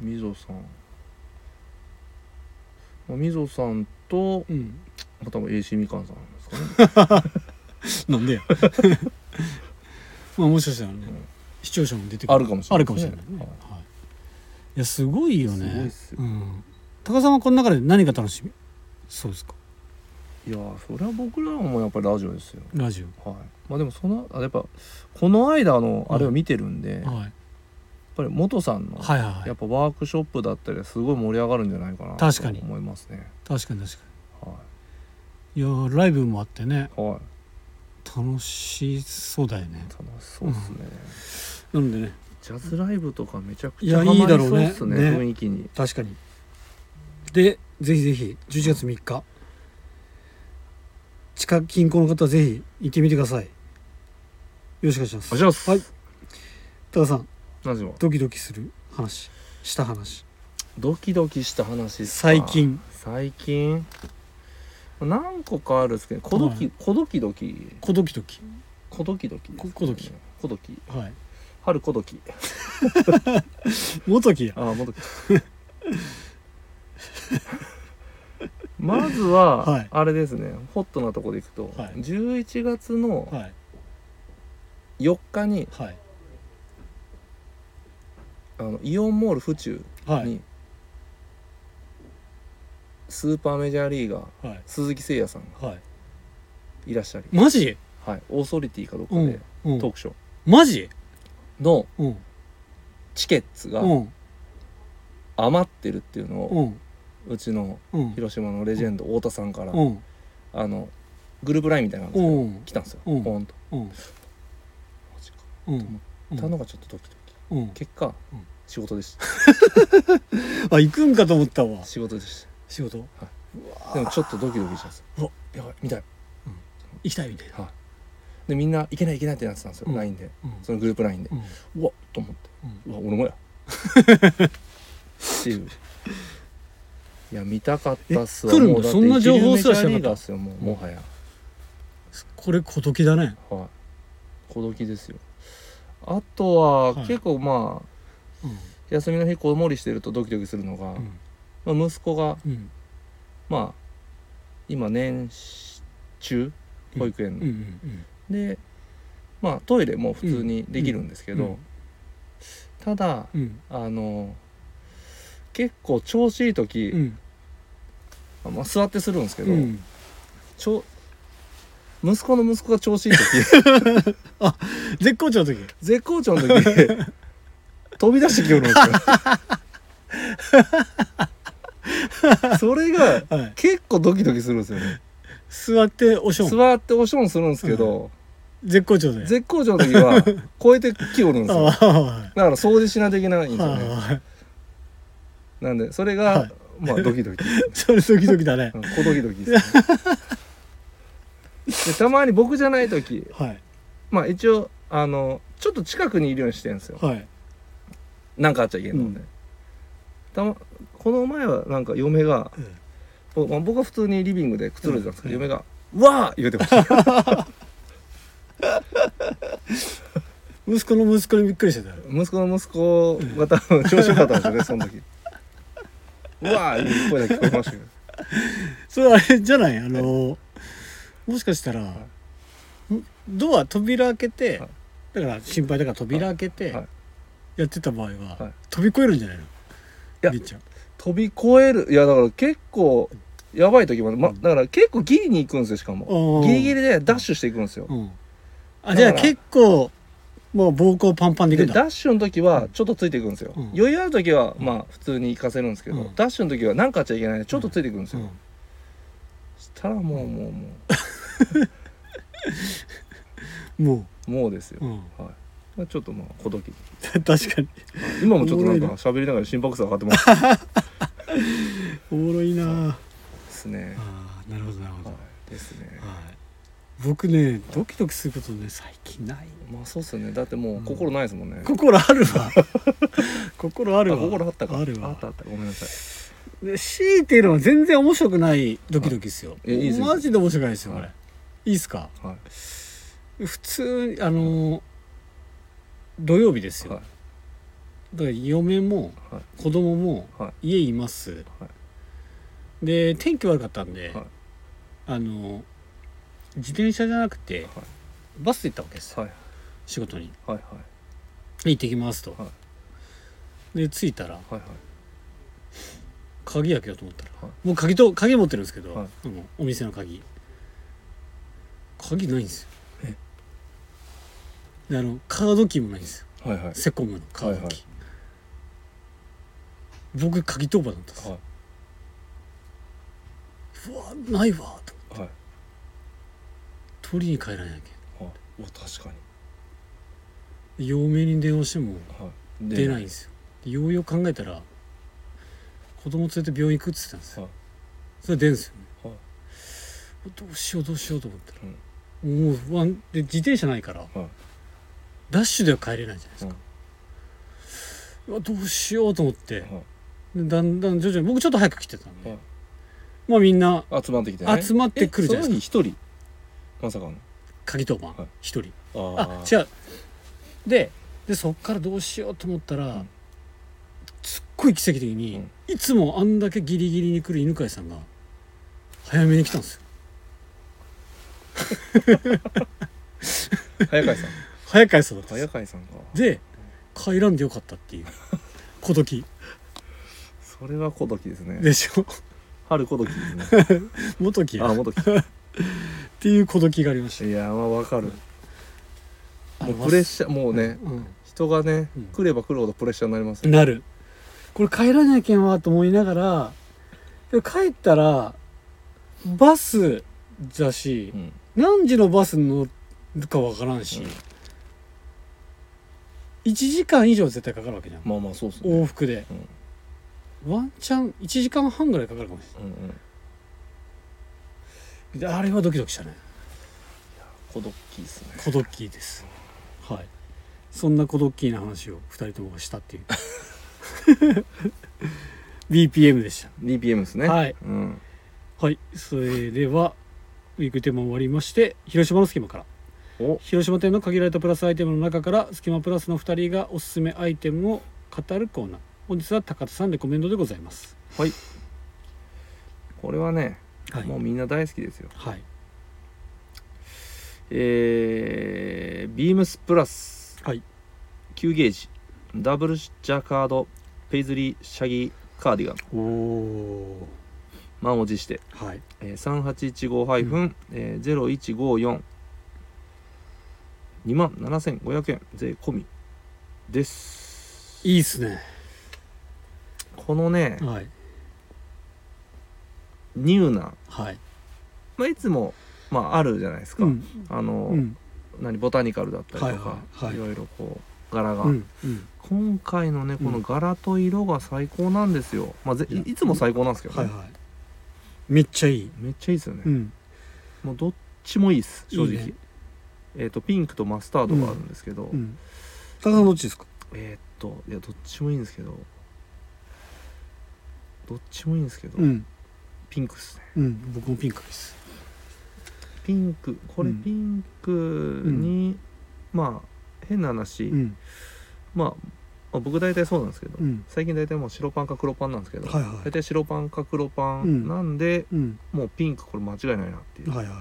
Speaker 2: みぞさんまあみぞさんと
Speaker 1: うん、
Speaker 2: まあ多分 AC みかんさんなんですかね
Speaker 1: なん でやまあもしかしたらね、
Speaker 2: ん
Speaker 1: 視聴者も出て
Speaker 2: あるかもし れない
Speaker 1: あるかもしれない、ねはい、いやすごいよね
Speaker 2: すごいっすよ
Speaker 1: うん、高田さんはこの中で何が楽しみそうですか
Speaker 2: いやーそれは僕らもやっぱりラジオですよ
Speaker 1: ラジオ
Speaker 2: はいまあでもそのあやっぱこの間のあれを見てるんで、やっ
Speaker 1: はい
Speaker 2: ぱり元さんの、
Speaker 1: はいはい
Speaker 2: や
Speaker 1: はい
Speaker 2: っぱワークショップだったりはすごい盛り上がるんじゃないかな
Speaker 1: 確かに
Speaker 2: と思いますね。
Speaker 1: 確かに確か
Speaker 2: は
Speaker 1: にいやーライブもあってね
Speaker 2: い、はい、
Speaker 1: 楽しそうだよね
Speaker 2: 楽しそうです
Speaker 1: な
Speaker 2: ね、
Speaker 1: のでね
Speaker 2: ジャズライブとかめちゃく
Speaker 1: い
Speaker 2: ちゃ
Speaker 1: や
Speaker 2: ハマり
Speaker 1: いいだろう
Speaker 2: そう
Speaker 1: ね
Speaker 2: ですね
Speaker 1: ね
Speaker 2: 雰囲気に。
Speaker 1: 確かにでぜひぜひ11月3日近く近郊の方はぜひ行ってみてくださいよろしくお願いします
Speaker 2: お願いします
Speaker 1: はい多田さん
Speaker 2: 何時も
Speaker 1: ドキドキする話した話
Speaker 2: ドキドキした話っすか
Speaker 1: 最近
Speaker 2: 最近何個かあるんですけど小ドキ、
Speaker 1: は
Speaker 2: 小ドキドキ
Speaker 1: 小ドキドキ
Speaker 2: 小ドキドキです
Speaker 1: こ
Speaker 2: ね、
Speaker 1: 小ドキ
Speaker 2: 小ドキ
Speaker 1: はい
Speaker 2: 春小ドキ
Speaker 1: 元木や
Speaker 2: ああもどまずは、
Speaker 1: はい
Speaker 2: あれですねホットなとこでいくと、
Speaker 1: はい
Speaker 2: 11月の
Speaker 1: はい
Speaker 2: 4日に
Speaker 1: はい
Speaker 2: あのイオンモール府中に、
Speaker 1: はい
Speaker 2: スーパーメジャーリーガー
Speaker 1: はい
Speaker 2: 鈴木誠也さんが
Speaker 1: はい
Speaker 2: いらっしゃり、
Speaker 1: マジ
Speaker 2: はい、オーソリティかどっか
Speaker 1: う
Speaker 2: で
Speaker 1: んうん
Speaker 2: トークショー
Speaker 1: マジ
Speaker 2: の
Speaker 1: うん
Speaker 2: チケッツが
Speaker 1: うん
Speaker 2: 余ってるっていうのを
Speaker 1: うん
Speaker 2: うちの
Speaker 1: うん
Speaker 2: 広島のレジェンド太田さんから
Speaker 1: うん
Speaker 2: あのグループラインみたいなの
Speaker 1: う
Speaker 2: が
Speaker 1: ん
Speaker 2: 来たんですよポ
Speaker 1: うん
Speaker 2: ーンと
Speaker 1: うん
Speaker 2: マジか
Speaker 1: うん
Speaker 2: たのがちょっとドキドキ
Speaker 1: うん
Speaker 2: 結果
Speaker 1: うん
Speaker 2: 仕事でした
Speaker 1: あ行くんかと思ったわ
Speaker 2: 仕事でし
Speaker 1: 仕事
Speaker 2: たでもちょっとドキドキしたんです
Speaker 1: うわ
Speaker 2: よやばい見たい
Speaker 1: 行きたいみたいな
Speaker 2: でみんないけないいけないってなってたんですよ
Speaker 1: うん
Speaker 2: LINE で
Speaker 1: うん
Speaker 2: そのグループ LINE で
Speaker 1: うん
Speaker 2: うわっと思って
Speaker 1: う
Speaker 2: うわ俺もやっていういや見たかったっすわ
Speaker 1: え来るんだ
Speaker 2: もうって
Speaker 1: そんな情報すら
Speaker 2: 一
Speaker 1: 知ら
Speaker 2: 流メ
Speaker 1: なかった
Speaker 2: ジャーリーガーっすよもうもはや
Speaker 1: これ小時だね
Speaker 2: はい小時ですよあとは、
Speaker 1: はい
Speaker 2: 結構まあ
Speaker 1: うん
Speaker 2: 休みの日こもりしてるとドキドキするのが、まあ息子が
Speaker 1: うん
Speaker 2: まあ今年中保育園
Speaker 1: うんう
Speaker 2: の、
Speaker 1: ん
Speaker 2: でまあトイレも普通にできるんですけど、
Speaker 1: うんうん
Speaker 2: ただ
Speaker 1: うんうん
Speaker 2: あの結構調子いい時、
Speaker 1: うん
Speaker 2: まあ、座ってするんですけど、
Speaker 1: うん
Speaker 2: ちょ息子の息子が調子いい時
Speaker 1: 絶好調の時
Speaker 2: 絶好調の時飛び出してきよるん ですよそれが
Speaker 1: はい
Speaker 2: 結構ドキドキするんですよね
Speaker 1: 座っておしょん
Speaker 2: 座っておしょんするんですけど、
Speaker 1: 絶好調で
Speaker 2: 絶好調の時は超えてきよるんです
Speaker 1: あ
Speaker 2: よだか
Speaker 1: あはい
Speaker 2: ら掃除しないといけないんですよね
Speaker 1: はい
Speaker 2: なんでそれが、
Speaker 1: はい
Speaker 2: まあドキドキ
Speaker 1: それドキドキだね
Speaker 2: うん小ドキドキ ですねでたまに僕じゃない時
Speaker 1: はい
Speaker 2: まあ一応あのちょっと近くにいるようにしてるんですよ
Speaker 1: はい
Speaker 2: なんかあっちゃいけんので、
Speaker 1: うん
Speaker 2: たまこの前はなんか嫁が、
Speaker 1: うん
Speaker 2: ぼまあ、僕は普通にリビングでくつろいでたんですけど、
Speaker 1: うん
Speaker 2: 嫁が「うわあ!」言うてました
Speaker 1: 息子の息子にびっくりしてたよ
Speaker 2: 息子の息子が多分調子よかったんですよねその時「う わあ!」いう声が聞こえましたけど
Speaker 1: それあれじゃないあのもしかしたらんドア扉開けて
Speaker 2: はい
Speaker 1: だから心配だから扉開けて
Speaker 2: はい
Speaker 1: やってた場合
Speaker 2: は
Speaker 1: はい飛び越えるんじゃないの
Speaker 2: や
Speaker 1: りっちゃん
Speaker 2: 飛び越えるいやだから結構やばい時もある、ま、
Speaker 1: うん
Speaker 2: だから結構ギリに行くんですよしかも
Speaker 1: おー
Speaker 2: ギリギリでダッシュしていくんですよ
Speaker 1: うんあじゃあ
Speaker 2: だから
Speaker 1: 結構もう膀胱パンパンでいく
Speaker 2: で
Speaker 1: んだ
Speaker 2: ダッシュの時はちょっとついていくんですよ、
Speaker 1: うん
Speaker 2: 余裕ある時はまあ普通に行かせるんですけど、
Speaker 1: うん
Speaker 2: ダッシュの時は何かあっちゃいけないんでちょっとついていくんです
Speaker 1: う
Speaker 2: よ、
Speaker 1: ん
Speaker 2: したらもうもうも
Speaker 1: も
Speaker 2: うもうですよ
Speaker 1: う、う、ん、
Speaker 2: はい、ちょっとまあ小時
Speaker 1: 確かに
Speaker 2: 今もちょっとなんか
Speaker 1: おもろいな
Speaker 2: 喋りながら心拍数上がってますで
Speaker 1: おもろいなあ
Speaker 2: すね、
Speaker 1: あーなるほどなるほど、
Speaker 2: は、
Speaker 1: はい
Speaker 2: ですね
Speaker 1: い、僕ねドキドキすることね最近ない
Speaker 2: まあそうっすよねだってもう心ないですもんね、
Speaker 1: 心ある わ心ある
Speaker 2: あ
Speaker 1: わ
Speaker 2: 心あったか
Speaker 1: ある
Speaker 2: あ
Speaker 1: わ
Speaker 2: ったあったごめんなさい
Speaker 1: で強いて言うのは全然面白くないドキドキですよ、
Speaker 2: いえいいですよ
Speaker 1: マジで面白くないですよこれ、
Speaker 2: はい
Speaker 1: い、いですか
Speaker 2: はい
Speaker 1: 普通にあのー土曜日ですよ、
Speaker 2: はい
Speaker 1: だから嫁も
Speaker 2: はい
Speaker 1: 子供も
Speaker 2: は
Speaker 1: 家います、
Speaker 2: は
Speaker 1: で天気悪かったんで、
Speaker 2: はい
Speaker 1: あの自転車じゃなくて、バスで行ったわけですよ、
Speaker 2: はい
Speaker 1: 仕事に
Speaker 2: はいはい
Speaker 1: 行ってきますと、
Speaker 2: は
Speaker 1: で着いたら
Speaker 2: はいはい
Speaker 1: 鍵開けようと思ったら、
Speaker 2: は
Speaker 1: もう鍵と鍵持ってるんですけど、
Speaker 2: はい
Speaker 1: あのお店の鍵鍵ないんですよであのカードキーもないんですよ
Speaker 2: はいはい
Speaker 1: セコムのカードキー、
Speaker 2: はいはい
Speaker 1: 僕鍵当番だったんです
Speaker 2: は
Speaker 1: よ、うわないわと
Speaker 2: いはい
Speaker 1: 取りに帰らなきゃい
Speaker 2: あうわ確か
Speaker 1: けん嫁に電話しても
Speaker 2: に、はい、
Speaker 1: 出ないんですよでようよう考えたら子供連れて病院行くっつってたんですよ、
Speaker 2: はい
Speaker 1: それ出るんですよね、
Speaker 2: はい
Speaker 1: どうしようどうしようと思ったら、もうワンで自転車ないから、
Speaker 2: はい
Speaker 1: ダッシュでは帰れないじゃないですか、うわどうしようと思って、
Speaker 2: は
Speaker 1: でだんだん徐々に僕ちょっと早く来てたんで、
Speaker 2: はい
Speaker 1: まあみんな
Speaker 2: 集まってきて、ね、
Speaker 1: 集まってくるじゃない
Speaker 2: ですか一人まさかの
Speaker 1: 鍵当番
Speaker 2: はい
Speaker 1: 一人、あ
Speaker 2: あ
Speaker 1: 違うででそっからどうしようと思ったら、
Speaker 2: うん
Speaker 1: すっごい奇跡的に、
Speaker 2: うん
Speaker 1: いつもあんだけギリギリに来る犬飼さんが早めに来たんですよ
Speaker 2: う早川さん
Speaker 1: 早川さんだったんです
Speaker 2: 早川さんか
Speaker 1: で帰らんでよかったっていう 小時
Speaker 2: それは小時ですね
Speaker 1: でし ょ
Speaker 2: 春小時ですね
Speaker 1: 元木
Speaker 2: あ
Speaker 1: っ
Speaker 2: 元
Speaker 1: ていう小時がありました
Speaker 2: 気いやまあわかる
Speaker 1: あ
Speaker 2: も
Speaker 1: の
Speaker 2: うプレッシャーもうね
Speaker 1: う
Speaker 2: 人がね、
Speaker 1: うん
Speaker 2: 来れば来るほどプレッシャーになります
Speaker 1: ん
Speaker 2: よ、
Speaker 1: なるこれ帰らなきゃいけんわと思いながらで帰ったらバスだし
Speaker 2: う、ん
Speaker 1: 何時のバスに乗るかわからんし、
Speaker 2: うん
Speaker 1: 1時間以上絶対かかるわけじゃん、
Speaker 2: まあまあそうっすね
Speaker 1: 往復で、ワンチャン1時間半ぐらいかかるかもし
Speaker 2: うんうん
Speaker 1: れないであれはドキドキしたね
Speaker 2: 小時ですね
Speaker 1: コドッキーですはいそんなコドッキーな話を2人ともしたっていう BPM でした
Speaker 2: DPM ですね
Speaker 1: はい、
Speaker 2: うん、
Speaker 1: はいそれではウィークテーマ終わりまして広島の隙間から
Speaker 2: お
Speaker 1: 広島店の限られたプラスアイテムの中からスキマプラスの2人がおすすめアイテムを語るコーナー本日は高田さんレコメンドでございます
Speaker 2: はいこれはね、
Speaker 1: はい
Speaker 2: もうみんな大好きですよ
Speaker 1: はい
Speaker 2: えー、ビームスプラス
Speaker 1: はい
Speaker 2: 9ゲージダブルジャカードペイズリーシャギーカーディガン
Speaker 1: おお
Speaker 2: 満を持して、
Speaker 1: はい
Speaker 2: えー、3815-0154 2万7500円税込みです
Speaker 1: いいっすね
Speaker 2: このね
Speaker 1: はい
Speaker 2: ニューな、
Speaker 1: はい
Speaker 2: まあ、いつも、まあ、あるじゃないですか、
Speaker 1: うん
Speaker 2: あの、
Speaker 1: うん
Speaker 2: 何ボタニカルだったりとか、
Speaker 1: はいはいはいい
Speaker 2: ろいろこう柄が、
Speaker 1: うんうん
Speaker 2: 今回のねこの柄と色が最高なんですよ、まあ、ぜいいつも最高なんですけど、ね
Speaker 1: はいはいめっちゃいい
Speaker 2: めっちゃいいですよね、
Speaker 1: うん
Speaker 2: もうどっちもいいです正直
Speaker 1: いいね
Speaker 2: えっ、とピンクとマスタードがあるんですけど、
Speaker 1: うん高田さんどっちですか
Speaker 2: えーっといやどっちもいいんですけどどっちもいいんですけど、
Speaker 1: うん
Speaker 2: ピンクですね
Speaker 1: うん僕もピンクです
Speaker 2: ピンクこれ
Speaker 1: うん
Speaker 2: ピンクに、まあ変な話、
Speaker 1: うん
Speaker 2: まあ、まあ僕大体そうなんですけど、
Speaker 1: うん
Speaker 2: 最近大体もう白パンか黒パンなんですけど、
Speaker 1: はいはい
Speaker 2: 大体白パンか黒パ
Speaker 1: う
Speaker 2: ン
Speaker 1: ん
Speaker 2: なんで、
Speaker 1: うん
Speaker 2: もうピンクこれ間違いないなっていう、
Speaker 1: はいはい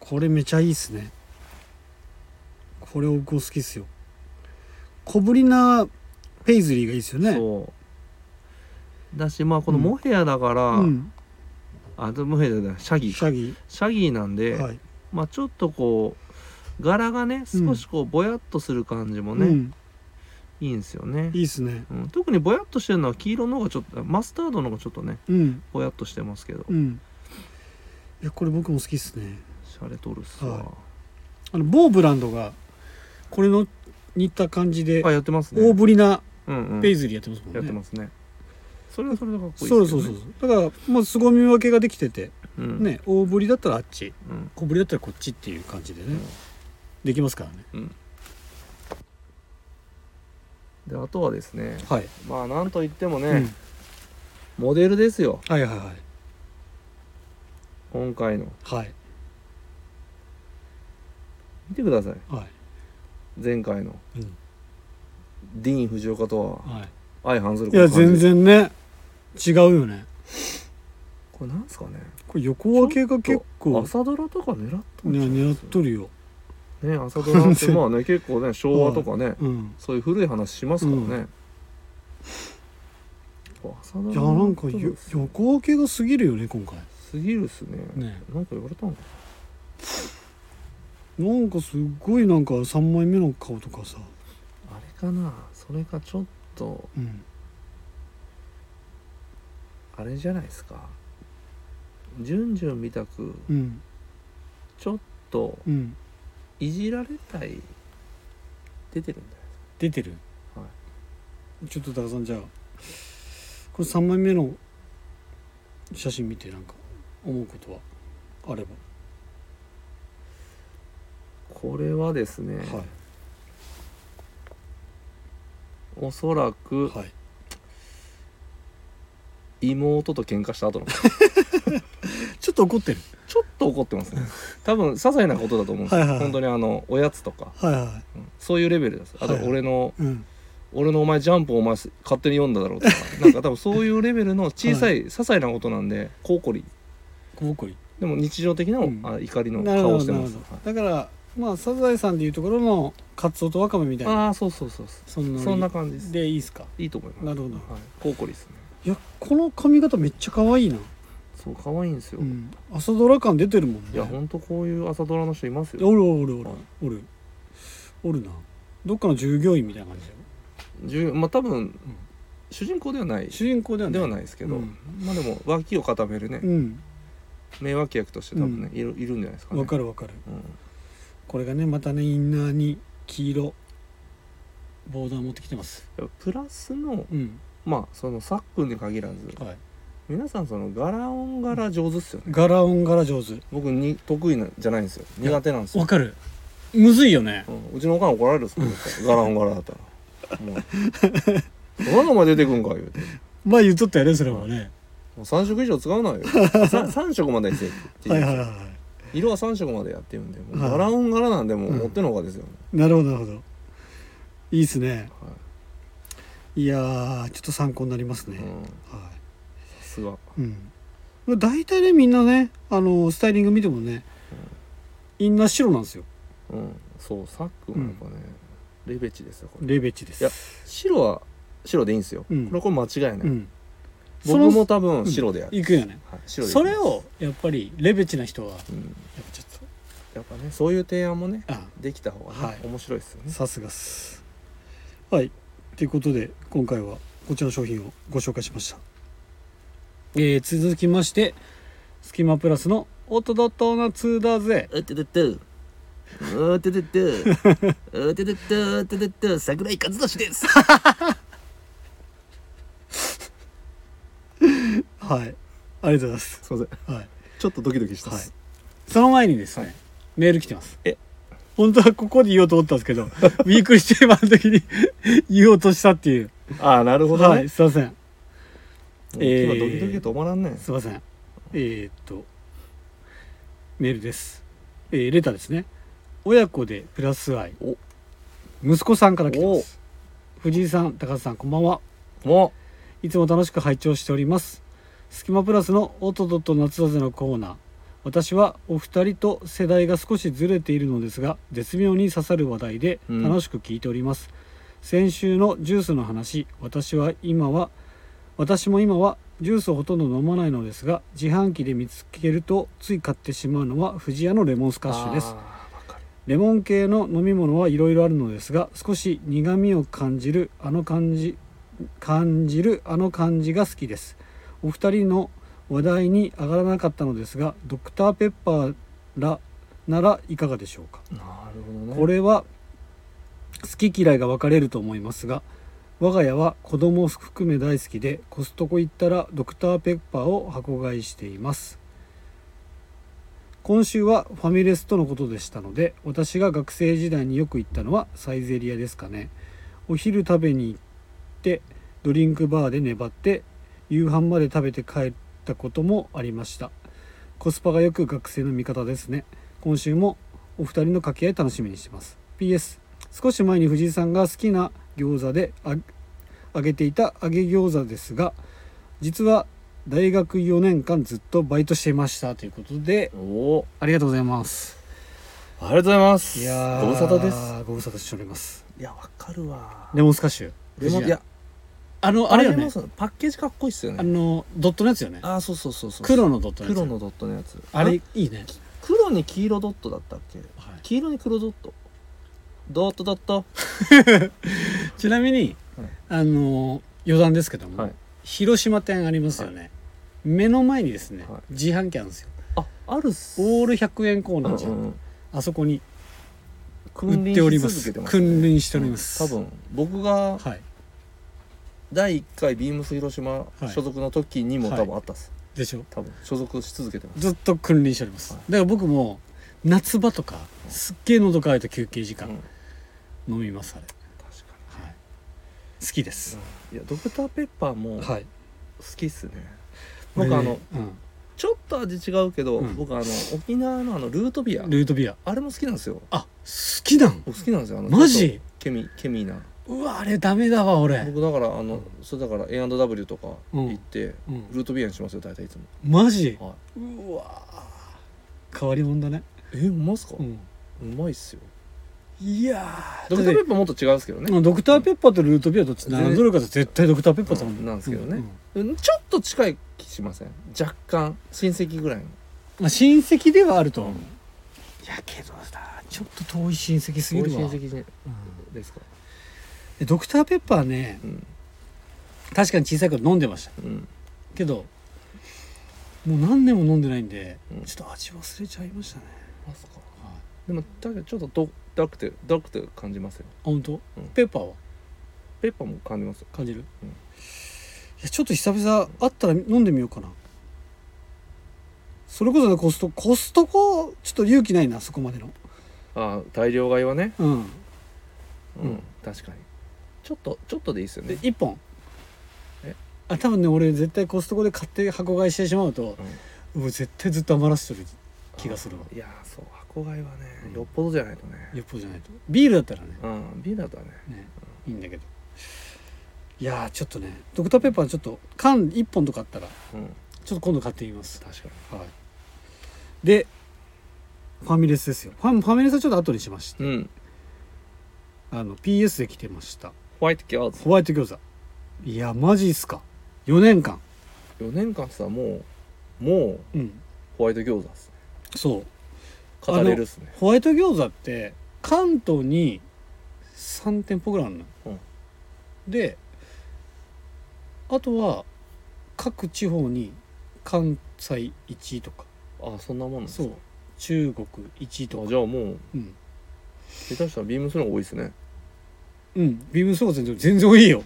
Speaker 1: これめちゃいいっすねこれお好きっすよ小ぶりなペイズリーがいいっすよね
Speaker 2: そうだしまあこの
Speaker 1: うん
Speaker 2: モヘアだから、
Speaker 1: うん
Speaker 2: あでもモヘアじゃないシャギ
Speaker 1: シ
Speaker 2: ーか
Speaker 1: ャギ
Speaker 2: シャギーなんで、
Speaker 1: ーはい
Speaker 2: まあちょっとこう柄がね
Speaker 1: うん
Speaker 2: 少しこうぼやっとする感じも
Speaker 1: う
Speaker 2: ね、
Speaker 1: ん
Speaker 2: いいんですよね
Speaker 1: いいっすね
Speaker 2: うん、特にぼやっとしてるのは黄色の方がちょっとマスタードの方がちょっとね
Speaker 1: うん
Speaker 2: ぼやっとしてますけど、
Speaker 1: うんいやこれ僕も好きっすね
Speaker 2: シャレとるっすわ、
Speaker 1: はあの某ブランドがこれの似た感じで
Speaker 2: あやってますね
Speaker 1: 大ぶりな
Speaker 2: うんうん
Speaker 1: ペイズリーやってますもんね
Speaker 2: やってますねそれはそれでかっこいい
Speaker 1: そうそうそう
Speaker 2: う
Speaker 1: そうだからもう凄み分けができてて、
Speaker 2: うん
Speaker 1: ね大ぶりだったらあっち
Speaker 2: うん
Speaker 1: 小ぶりだったらこっちっていう感じでね、
Speaker 2: うん
Speaker 1: できますからね
Speaker 2: うんであとはですね
Speaker 1: はい、
Speaker 2: まあなんといってもね、
Speaker 1: うん
Speaker 2: モデルですよ
Speaker 1: はいはいはい
Speaker 2: 今回の
Speaker 1: はい
Speaker 2: 見てください
Speaker 1: は
Speaker 2: 前回の
Speaker 1: い、うん
Speaker 2: ディーン・藤岡とは
Speaker 1: はい、
Speaker 2: 相反する
Speaker 1: いや全然
Speaker 2: 然
Speaker 1: ね違うよね
Speaker 2: これなんですかね
Speaker 1: これ横分けが結構
Speaker 2: 朝ドラとか狙っとん
Speaker 1: ね
Speaker 2: ちゃうん
Speaker 1: 狙っ
Speaker 2: です
Speaker 1: とるよ
Speaker 2: ね朝ドラって まあね結構ね昭和とかね、
Speaker 1: うん
Speaker 2: そういう古い話しますからね、朝ド
Speaker 1: い
Speaker 2: ラ
Speaker 1: や
Speaker 2: の
Speaker 1: なんか
Speaker 2: こと
Speaker 1: よ
Speaker 2: です
Speaker 1: 横分けが過ぎるよね今回
Speaker 2: すぎるっすね
Speaker 1: ね
Speaker 2: なんか言われたのかな
Speaker 1: なんかすっごいなんか3枚目の顔とかさ、
Speaker 2: あれかなそれかちょっと
Speaker 1: うん、
Speaker 2: あれじゃないですかじゅんじゅんみたく
Speaker 1: うん
Speaker 2: ちょっと
Speaker 1: うん
Speaker 2: いじられたい出てるんだよ
Speaker 1: 出てる、
Speaker 2: は
Speaker 1: ちょっと高田さんじゃあこれ3枚目の写真見てなんか思うことはあれば、
Speaker 2: これはですね、
Speaker 1: はい
Speaker 2: おそらく
Speaker 1: はい
Speaker 2: 妹と喧嘩した後の
Speaker 1: ちょっと怒ってる
Speaker 2: ちょっと怒ってますね多分些細なことだと思うんですよ、
Speaker 1: はいはいはい
Speaker 2: 本当にあのおやつとか、
Speaker 1: はいは
Speaker 2: うんそういうレベルですあと
Speaker 1: はいはい
Speaker 2: 俺の
Speaker 1: いうん
Speaker 2: 俺のお前ジャンプお前勝手に読んだだろ うとかなんか多分そういうレベルの小さい、些細なことなんでコウコリ
Speaker 1: 小怒り
Speaker 2: でも日常的な、
Speaker 1: うん
Speaker 2: あ怒りの
Speaker 1: なるほ
Speaker 2: 顔を
Speaker 1: ど
Speaker 2: して
Speaker 1: なる
Speaker 2: ま
Speaker 1: ほ
Speaker 2: す
Speaker 1: ど、だからまあサザエさんでいうところのカツオとワカメみたいな
Speaker 2: ああーそうそうそうそ
Speaker 1: そん
Speaker 2: う
Speaker 1: な
Speaker 2: そんな感じです
Speaker 1: でいいですか
Speaker 2: いいと思います
Speaker 1: なるほど
Speaker 2: はい、コウコリですね
Speaker 1: いやこの髪型めっちゃ可愛いな、
Speaker 2: そう可愛いんですよ、
Speaker 1: うん、朝ドラ感出てるもんね
Speaker 2: いやほんとこういう朝ドラの人いますよ
Speaker 1: おるおるおる
Speaker 2: はい
Speaker 1: おるおるなどっかの従業員みたいな感じだよ
Speaker 2: じゅまあ多分主人公ではない
Speaker 1: 主人公では
Speaker 2: では
Speaker 1: ない
Speaker 2: ないですけど、
Speaker 1: うん
Speaker 2: まあでも脇を固めるね
Speaker 1: うん
Speaker 2: 名脇役として多分ね、いるいるんじゃないですかね
Speaker 1: わかるわかる
Speaker 2: うん、
Speaker 1: これがねまたねインナーに黄色ボーダー持ってきてます
Speaker 2: やっぱプラスの
Speaker 1: うん
Speaker 2: まあそのさっくんに限らず
Speaker 1: はい
Speaker 2: 皆さんその柄音柄上手っすよね、
Speaker 1: 柄音柄上手
Speaker 2: 僕に得意なじゃないんですよ苦手なんですよ
Speaker 1: わかるむずいよね
Speaker 2: うんうちのおかん怒られるっすもん柄音柄だったらもう「そんなのお前出てくんか」言うて
Speaker 1: 前言っとったよねそれはね
Speaker 2: 「もう3色以上使うなよ」3 色までにせえ」って言
Speaker 1: は
Speaker 2: う
Speaker 1: い
Speaker 2: んで
Speaker 1: は
Speaker 2: す
Speaker 1: いは
Speaker 2: よ色は3色までやってるんでもう
Speaker 1: はい
Speaker 2: 柄音柄なんでもう
Speaker 1: うん
Speaker 2: 持ってのほかですよ、ね
Speaker 1: いなるほどなるほどいいっすね
Speaker 2: はい
Speaker 1: やーちょっと参考になりますね
Speaker 2: いうん、
Speaker 1: は
Speaker 2: さすが
Speaker 1: いうん大体ねみんなねあのスタイリング見てもねインナー白なんですよ
Speaker 2: うんそうさっくんはやっぱね、レベチですよこれ
Speaker 1: レベチです
Speaker 2: いや白は白でいいんですよ、
Speaker 1: うん
Speaker 2: これこれ間違いない、
Speaker 1: うんその
Speaker 2: 僕も多分白でやる、
Speaker 1: いくよね
Speaker 2: はい、白で
Speaker 1: それをやっぱりレベチな人はやっぱ
Speaker 2: うん
Speaker 1: ちょっと
Speaker 2: やっぱねそういう提案もね
Speaker 1: あ
Speaker 2: できた方が、ね
Speaker 1: はい
Speaker 2: 面白いですよね
Speaker 1: さすがっすはいということで今回はこちらの商品をご紹介しました、えー続きましてスキマプラスの「おっとどっとなツーだぜ
Speaker 2: うてててううてててうてててうててて桜井和俊です」
Speaker 1: はいありがとうございます、
Speaker 2: すいません
Speaker 1: はい、
Speaker 2: ちょっとドキドキしたっ
Speaker 1: はい
Speaker 2: す、
Speaker 1: その前にですね、
Speaker 2: はい
Speaker 1: メール来てます
Speaker 2: え
Speaker 1: 本当はここで言おうと思ったんですけ どウィークリーテーマの時に 言おうとしたっていう
Speaker 2: ああなるほどね、
Speaker 1: はいすいません
Speaker 2: 今
Speaker 1: えー
Speaker 2: ドキドキが止まらんね
Speaker 1: すいませんえーっとメールですえーレターですね親子でプラス愛
Speaker 2: お
Speaker 1: 息子さんから来てます藤井さん高田さんこんばんは
Speaker 2: も
Speaker 1: いつも楽しく拝聴しておりますスキマプラスの「おととと夏だぜ」のコーナー私はお二人と世代が少しずれているのですが絶妙に刺さる話題で
Speaker 2: うん
Speaker 1: 楽しく聞いております、先週のジュースの話私は今は私も今はジュースをほとんど飲まないのですが自販機で見つけるとつい買ってしまうのは不二家のレモンス
Speaker 2: う
Speaker 1: カッシュです
Speaker 2: あーわかる
Speaker 1: レモン系の飲み物はいろいろあるのですが少し苦みを感じるあの感じ感じるあの感じが好きですお二人の話題に上がらなかったのですがドクターペッパーらならいかがでしょうか
Speaker 2: なるほどね
Speaker 1: これは好き嫌いが分かれると思いますが我が家は子供を含め大好きでコストコ行ったらドクターペッパーを箱買いしています今週はファミレスとのことでしたので私が学生時代によく行ったのはサイゼリアですかねお昼食べに行ってドリンクバーで粘って夕飯まで食べて帰ったこともありましたコスパがよく学生の味方ですね今週もお二人の掛け合い楽しみにしてます PS 少し前に藤井さんが好きな餃子であ揚げていた揚げ餃子ですが実は大学4年間ずっとバイトしていましたということで
Speaker 2: おお
Speaker 1: ありがとうございます
Speaker 2: ありがとうございます
Speaker 1: いやー
Speaker 2: ご無沙汰です
Speaker 1: ご無沙汰しております
Speaker 2: いやわかるわ
Speaker 1: レモンスカッシュ
Speaker 2: レモン
Speaker 1: 藤
Speaker 2: い
Speaker 1: 井
Speaker 2: や
Speaker 1: 屋あのあれよ
Speaker 2: で
Speaker 1: ね
Speaker 2: もさパッケージかっこいいっすよ
Speaker 1: あ
Speaker 2: ね
Speaker 1: のドットのやつよね
Speaker 2: ああそうそうそうそう
Speaker 1: 黒のドットのやつ
Speaker 2: 黒のドットのやつ
Speaker 1: あれいいね
Speaker 2: 黒に黄色ドットだったっけ
Speaker 1: はい
Speaker 2: 黄色に黒ドットドットドット
Speaker 1: ちなみに、
Speaker 2: はい
Speaker 1: あの余談ですけども、
Speaker 2: はい
Speaker 1: 広島店ありますよね、目の前にですね、
Speaker 2: はい
Speaker 1: 自販機あるんですよ
Speaker 2: ああるっす
Speaker 1: オール100円コーナーじゃん、
Speaker 2: うんうん
Speaker 1: あそこに
Speaker 2: 君
Speaker 1: 売っ
Speaker 2: 臨
Speaker 1: ており
Speaker 2: し
Speaker 1: ま
Speaker 2: 続
Speaker 1: す
Speaker 2: けてます
Speaker 1: 君臨しております、
Speaker 2: 多分僕が
Speaker 1: はい
Speaker 2: 第1回ビームス広島
Speaker 1: い
Speaker 2: 所属の時にも
Speaker 1: はい
Speaker 2: 多分あったっす、
Speaker 1: でしょ
Speaker 2: 多分所属し続けてます
Speaker 1: ずっと君臨しております、
Speaker 2: はい
Speaker 1: だから僕も夏場とかすっげえ喉乾いた休憩時
Speaker 2: うん
Speaker 1: 間、飲みますあれ、
Speaker 2: 確か
Speaker 1: はい、好きです、
Speaker 2: にいやドクターペッパーも好
Speaker 1: はい
Speaker 2: きっすね、僕あの、
Speaker 1: これね
Speaker 2: ちょっと味違うけど、
Speaker 1: うん
Speaker 2: 僕あの沖縄のあのルートビア
Speaker 1: うん、ルートビア
Speaker 2: あれも好きなんですよ
Speaker 1: あ好きなん
Speaker 2: 僕好きなんですよあの
Speaker 1: マ
Speaker 2: ちょっ
Speaker 1: ジ
Speaker 2: とケミケミな
Speaker 1: うわあれダメだわ俺、
Speaker 2: 僕だからあのそれだから A&W とか
Speaker 1: うん
Speaker 2: 行って、
Speaker 1: うん、
Speaker 2: ルートビアにしますよ大体いつも、
Speaker 1: マジ
Speaker 2: は
Speaker 1: うわー変わり者だね、
Speaker 2: い、えうまっすか、う
Speaker 1: うん、
Speaker 2: まいっすよ
Speaker 1: いやー
Speaker 2: ドクターペッパーもっと違うんですけどね、
Speaker 1: うんドクターペッパーとルートビアどっち並んどるかと絶対ドクターペッパーだも
Speaker 2: うんなんですけどね
Speaker 1: うう
Speaker 2: うんちょっと近い気しません若干親戚ぐらいの
Speaker 1: まあ、親戚ではあるとは思う、
Speaker 2: うん
Speaker 1: いやけどさちょっと遠い親戚すぎ
Speaker 2: そういう
Speaker 1: るわ
Speaker 2: 親戚じ
Speaker 1: うん
Speaker 2: ですか
Speaker 1: でドクターペッパーね
Speaker 2: うん
Speaker 1: 確かに小さい頃飲んでました
Speaker 2: うん
Speaker 1: けどもう何年も飲んでないんで、
Speaker 2: うん
Speaker 1: ちょっと味忘れちゃいましたね、
Speaker 2: あそっか
Speaker 1: はい、あ
Speaker 2: でもだけどちょっとドダークてダークて感じますよ
Speaker 1: 本当、
Speaker 2: うん
Speaker 1: ペッパーは
Speaker 2: ペッパーも感じますよ
Speaker 1: 感じる、
Speaker 2: うん
Speaker 1: いやちょっと久々あったら飲んでみようかなそれこそねコストコストコちょっと勇気ないなそこまでの
Speaker 2: あー大量買いはね
Speaker 1: うん
Speaker 2: うん、
Speaker 1: うん
Speaker 2: 確かにちょっとちょっとでいいっすよ
Speaker 1: で
Speaker 2: ね
Speaker 1: 1本
Speaker 2: え
Speaker 1: あ多分ね俺絶対コストコで買って箱買いしてしまうと、もう絶対ずっと余らせてる気がするわ
Speaker 2: あーいやーそう箱買いはね
Speaker 1: うん
Speaker 2: よっぽどじゃないとね
Speaker 1: よっぽどじゃないとビールだったらね
Speaker 2: うんビールだとはね
Speaker 1: ねいいんだけどいやーちょっとねドクターペッパーちょっと缶1本とかあったら
Speaker 2: うん
Speaker 1: ちょっと今度買ってみます
Speaker 2: 確かに
Speaker 1: はい、でファミレスですよファファミレスはちょっと後にしました
Speaker 2: うん
Speaker 1: あの PS で来てました
Speaker 2: ホワイトキャーズ
Speaker 1: ホワイト餃子いやマジっすか4年間
Speaker 2: 4年間さもうも
Speaker 1: う
Speaker 2: う
Speaker 1: ん
Speaker 2: ホワイト餃子っすね
Speaker 1: そうあ
Speaker 2: 語
Speaker 1: の
Speaker 2: れるっすね
Speaker 1: ホワイト餃子って関東に3店舗ぐらいあるの、
Speaker 2: うん
Speaker 1: であとは各地方に関西1位とか
Speaker 2: あそんなもんなんですか
Speaker 1: そう中国1位と
Speaker 2: あ
Speaker 1: か
Speaker 2: じゃあもう
Speaker 1: うん、
Speaker 2: 下手したらビームスの方が多いですね
Speaker 1: うん、ビームスロー全然全然多 いよ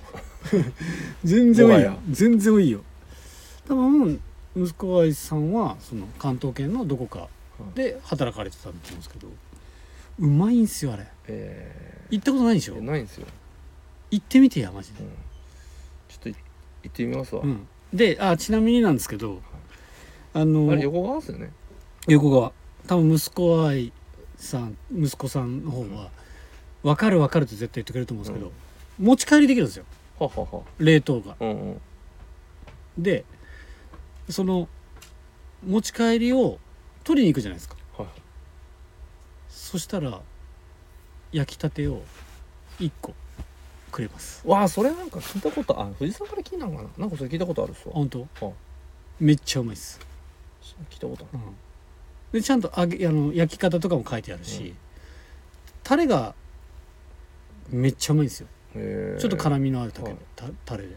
Speaker 1: 全然多
Speaker 2: もはい
Speaker 1: よ
Speaker 2: や
Speaker 1: 全然多いよ多分息子愛さんはその関東圏のどこかで働かれてたんですけどうまいんすよあれ
Speaker 2: え
Speaker 1: 行ったことないでし
Speaker 2: ー
Speaker 1: ょ
Speaker 2: いやないんですよ、
Speaker 1: 行ってみてやマジで
Speaker 2: うん、ちょっとい行ってみますわ、
Speaker 1: うん、であちなみになんですけどあの
Speaker 2: あれ横側っすよね
Speaker 1: 横川多分息子愛さん息子さんの方は「分かる分かる」と絶対言ってくれると思うんですけど、持ち帰りできるんですよ
Speaker 2: ははは
Speaker 1: 冷凍が。
Speaker 2: うんうん
Speaker 1: でその持ち帰りを取りに行くじゃないですか
Speaker 2: はい
Speaker 1: そしたら焼きたてを1個くれます
Speaker 2: わあそれなんか聞いたことあ藤井さんから聞いたのかななんかそれ聞いたことあるっすわ
Speaker 1: 本当
Speaker 2: あ
Speaker 1: めっちゃうまいです、
Speaker 2: 聞いたことあ
Speaker 1: う
Speaker 2: る
Speaker 1: ん、でちゃんと揚げあの焼き方とかも書いてあるし、
Speaker 2: うん
Speaker 1: タレがめっちゃうまいんですよ
Speaker 2: へえ
Speaker 1: ちょっと辛みのあるだけ
Speaker 2: はい
Speaker 1: たタレでも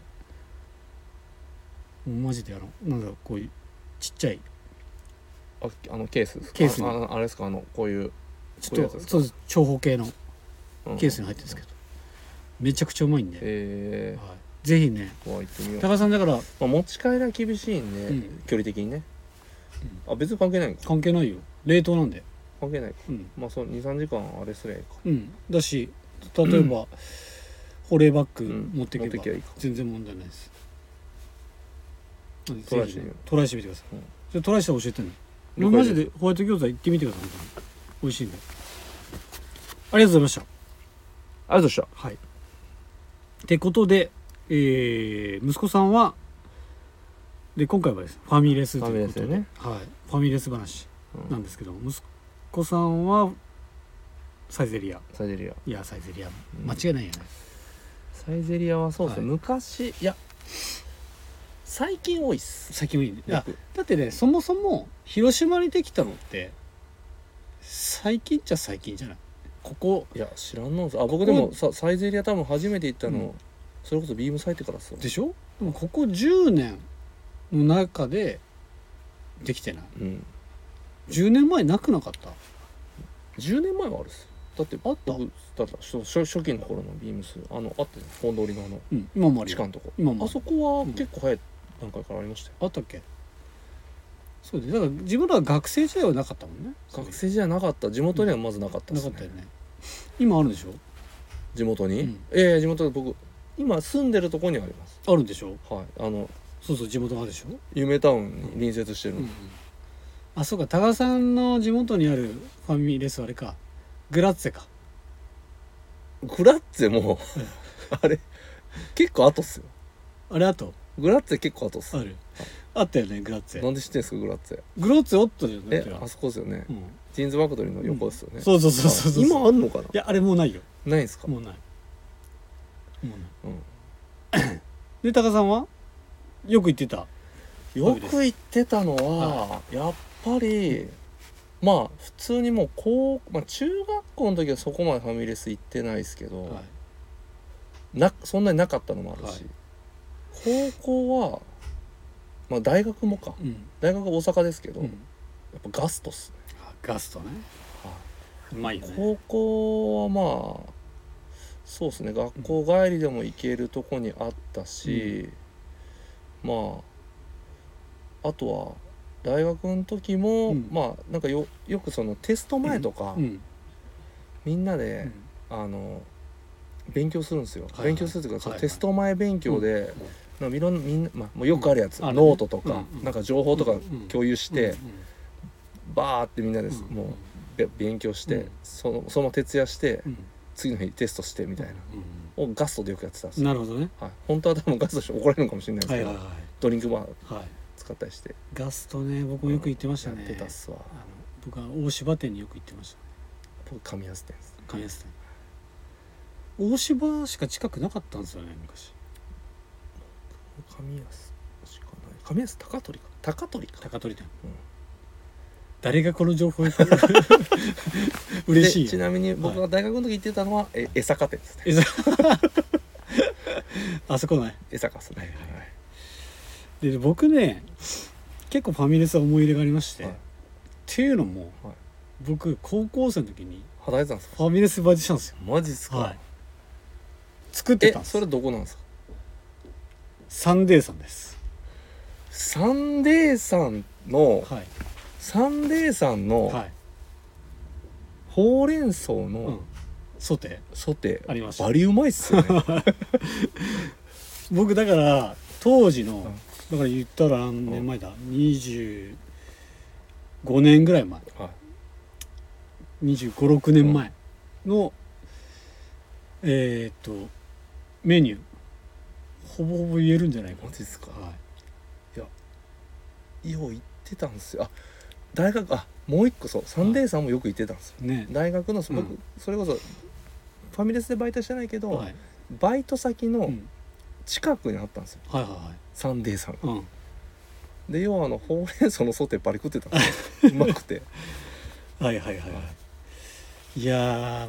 Speaker 1: うマジであのなんだろうこういうちっちゃい
Speaker 2: ああのケースですか
Speaker 1: ケースに
Speaker 2: あああれですかあのこういう、
Speaker 1: ち
Speaker 2: こういう
Speaker 1: ょ
Speaker 2: や
Speaker 1: っと
Speaker 2: つですか
Speaker 1: そうです長方形の
Speaker 2: うん
Speaker 1: ケースに入ってるんですけどめちゃくちゃうまいんで、
Speaker 2: へ
Speaker 1: はい、ぜひね
Speaker 2: えわあ行ってみよう、
Speaker 1: 高田さんだから
Speaker 2: まあ、持ち帰りは厳しいんで、
Speaker 1: うん
Speaker 2: 距離的にね、あ別に関係ないのか
Speaker 1: 関係ないよ冷凍なんで
Speaker 2: 関係ないか
Speaker 1: うん、
Speaker 2: まあそう23時間あれすりゃいいか
Speaker 1: うん、だし例えば、保冷バッグ持っていけば,、
Speaker 2: 持ってきゃいいか
Speaker 1: 全然問題ないですぜひ
Speaker 2: トライしてみよう
Speaker 1: トライしてみてください、
Speaker 2: うん
Speaker 1: じゃあトライしたら教えてね
Speaker 2: 了
Speaker 1: マ
Speaker 2: 解です
Speaker 1: ジでホワイト餃子行ってみてください本当に美味しいんでありがとうございました
Speaker 2: ありがとうございました
Speaker 1: はい。ってことで、えー息子さんはで今回はですねファミレスということで
Speaker 2: ファミレスよね
Speaker 1: はい、ファミレス話
Speaker 2: うん
Speaker 1: なんですけど、息子さんはサイゼリア
Speaker 2: サイゼリア
Speaker 1: いやサイゼリア
Speaker 2: ん
Speaker 1: 間違いないよね、
Speaker 2: サイゼリアはそうですね、
Speaker 1: はい
Speaker 2: 昔いや最近多いっす
Speaker 1: 最近もいいねあ
Speaker 2: よく
Speaker 1: だってねそもそも広島にできたのって最近じゃ最近じゃないここ
Speaker 2: いや知らんのさあ僕でもさサイゼリア多分初めて行ったの、
Speaker 1: うん
Speaker 2: それこそビームサイトからっすよ
Speaker 1: でしょでもここ10年の中でできてない
Speaker 2: うん
Speaker 1: 10年前なくなかった
Speaker 2: 10年前はあるっすよだって
Speaker 1: あった
Speaker 2: 僕だった初初初期の頃のビームスあのあったよ本通りのあの
Speaker 1: うん今もある
Speaker 2: 地
Speaker 1: よ
Speaker 2: 下のとこ
Speaker 1: 今も
Speaker 2: あ
Speaker 1: ある
Speaker 2: そこは結構早い段階からありましたよ
Speaker 1: あったっけそうでだから自分らは学生時代はなかったもんね
Speaker 2: 学生じゃなかった地元にはまずなかったっ
Speaker 1: な
Speaker 2: す
Speaker 1: かった
Speaker 2: ね
Speaker 1: よね今あるんでしょ
Speaker 2: 地元に、
Speaker 1: うん
Speaker 2: ええ地元で僕今住んでるとこにはあります
Speaker 1: あるんでしょ
Speaker 2: はいあの
Speaker 1: そうそう地元があるでしょ、
Speaker 2: 夢タウンに隣接してる
Speaker 1: う
Speaker 2: の、
Speaker 1: んあそうか高田さんの地元にあるファミレスはあれかグラッツェか
Speaker 2: グラッツェもあれ結構後っすよ
Speaker 1: あれあと
Speaker 2: グラッツェ結構後っす
Speaker 1: あるあったよねグラッツ
Speaker 2: な
Speaker 1: ェ
Speaker 2: んで知ってんすかグラッツェ
Speaker 1: グロッツェおったよね
Speaker 2: えあそこですよね、
Speaker 1: うん
Speaker 2: ジーンズマクドリの横ですよね、
Speaker 1: そうそうそうそうそう
Speaker 2: あ今あんのかない
Speaker 1: やあれもうないよ
Speaker 2: ないんすか
Speaker 1: もうないもうない
Speaker 2: うん
Speaker 1: で高さんはよく行ってた
Speaker 2: よく行ってたのは、やっぱりまあ普通にもう高、まあ、中学校の時はそこまでファミレス行ってないですけど、
Speaker 1: はい
Speaker 2: なそんなになかったのもあるし、高校は、まあ、大学もか
Speaker 1: うん
Speaker 2: 大学大阪ですけど、
Speaker 1: う
Speaker 2: や
Speaker 1: ん
Speaker 2: っぱガストっすね、
Speaker 1: あガストねうまいよね
Speaker 2: 高校はまあそうですね学校帰りでも行けるとこにあったし、まああとは大学の時も、
Speaker 1: うん
Speaker 2: まあなんかよよくそのテスト前とか、
Speaker 1: うん
Speaker 2: みんな
Speaker 1: う
Speaker 2: で
Speaker 1: ん、
Speaker 2: あの勉強するんですよ、
Speaker 1: はいはい
Speaker 2: 勉強するっていうか、その
Speaker 1: はいはい
Speaker 2: テスト前勉強で、なんかいろんなみんな、まあ、もうよくあるやつ、
Speaker 1: うんあるね
Speaker 2: ノートとか、
Speaker 1: うんうん
Speaker 2: なんか情報とか
Speaker 1: うん
Speaker 2: 共有して、
Speaker 1: う
Speaker 2: バーってみんなで
Speaker 1: ん
Speaker 2: す、もうべ勉強して、
Speaker 1: うん
Speaker 2: そのそのまま徹夜して、
Speaker 1: うん
Speaker 2: 次の日テストしてみたいな、
Speaker 1: うん
Speaker 2: をガストでよくやってたんです
Speaker 1: うん
Speaker 2: よ、
Speaker 1: なるほどね
Speaker 2: はい、本当は多分ガストして怒られるのかもしれないです
Speaker 1: は
Speaker 2: け
Speaker 1: い
Speaker 2: ど、
Speaker 1: はいは
Speaker 2: ドリンクバー
Speaker 1: いはい
Speaker 2: 使ったりして
Speaker 1: ガストね僕もよく行ってましたね
Speaker 2: やってたっすわ
Speaker 1: あの僕は大柴店によく行ってました
Speaker 2: 僕神安店です
Speaker 1: 亀安店大柴しか近くなかったんですよね昔
Speaker 2: 神安しかない神安高取か高取か
Speaker 1: 高取店、
Speaker 2: うん
Speaker 1: 誰がこの情報を嬉しい
Speaker 2: で
Speaker 1: よ
Speaker 2: ちなみに僕が大学の時行ってたのは、え江坂店ですね
Speaker 1: えそあそこない
Speaker 2: 江坂っすね、はい
Speaker 1: で僕ね結構ファミレスは思い入れがありまして、
Speaker 2: はい
Speaker 1: っていうのも、
Speaker 2: はい
Speaker 1: 僕高校生の時に
Speaker 2: 肌江さんですか
Speaker 1: ファミレスバイトしたんですよ
Speaker 2: マジっすか、
Speaker 1: はい作って
Speaker 2: え
Speaker 1: たんです
Speaker 2: それどこなんですか
Speaker 1: サンデーさんです
Speaker 2: サンデーさんの
Speaker 1: はい
Speaker 2: サンデーさんの
Speaker 1: はい、
Speaker 2: ほうれん草
Speaker 1: う
Speaker 2: の
Speaker 1: ん、ソテ
Speaker 2: ソテ
Speaker 1: ーありまし
Speaker 2: ー
Speaker 1: た
Speaker 2: バリうまいっすよ ね
Speaker 1: 僕だから当時の
Speaker 2: ん
Speaker 1: だから言ったら何年前だ25年ぐらい前
Speaker 2: は
Speaker 1: 2 5 6年前のえーっとメニューほぼほぼ言えるんじゃない
Speaker 2: い
Speaker 1: か
Speaker 2: マジっすか
Speaker 1: な、はい、
Speaker 2: よう行ってたんですよあ大学あもう一個そうサンデーさんもよく行ってたんですよ
Speaker 1: ね
Speaker 2: 大学の僕、
Speaker 1: うん
Speaker 2: それこそファミレスでバイトしてないけど、
Speaker 1: はい、
Speaker 2: バイト先
Speaker 1: う
Speaker 2: の
Speaker 1: ん
Speaker 2: 近くにあったんですよ
Speaker 1: はいは
Speaker 2: サンデーさん
Speaker 1: い
Speaker 2: が
Speaker 1: はい、うん、
Speaker 2: で要はあのほうれん草のソテーバリ食ってたんですようまくて
Speaker 1: はいはい はい、はい、いや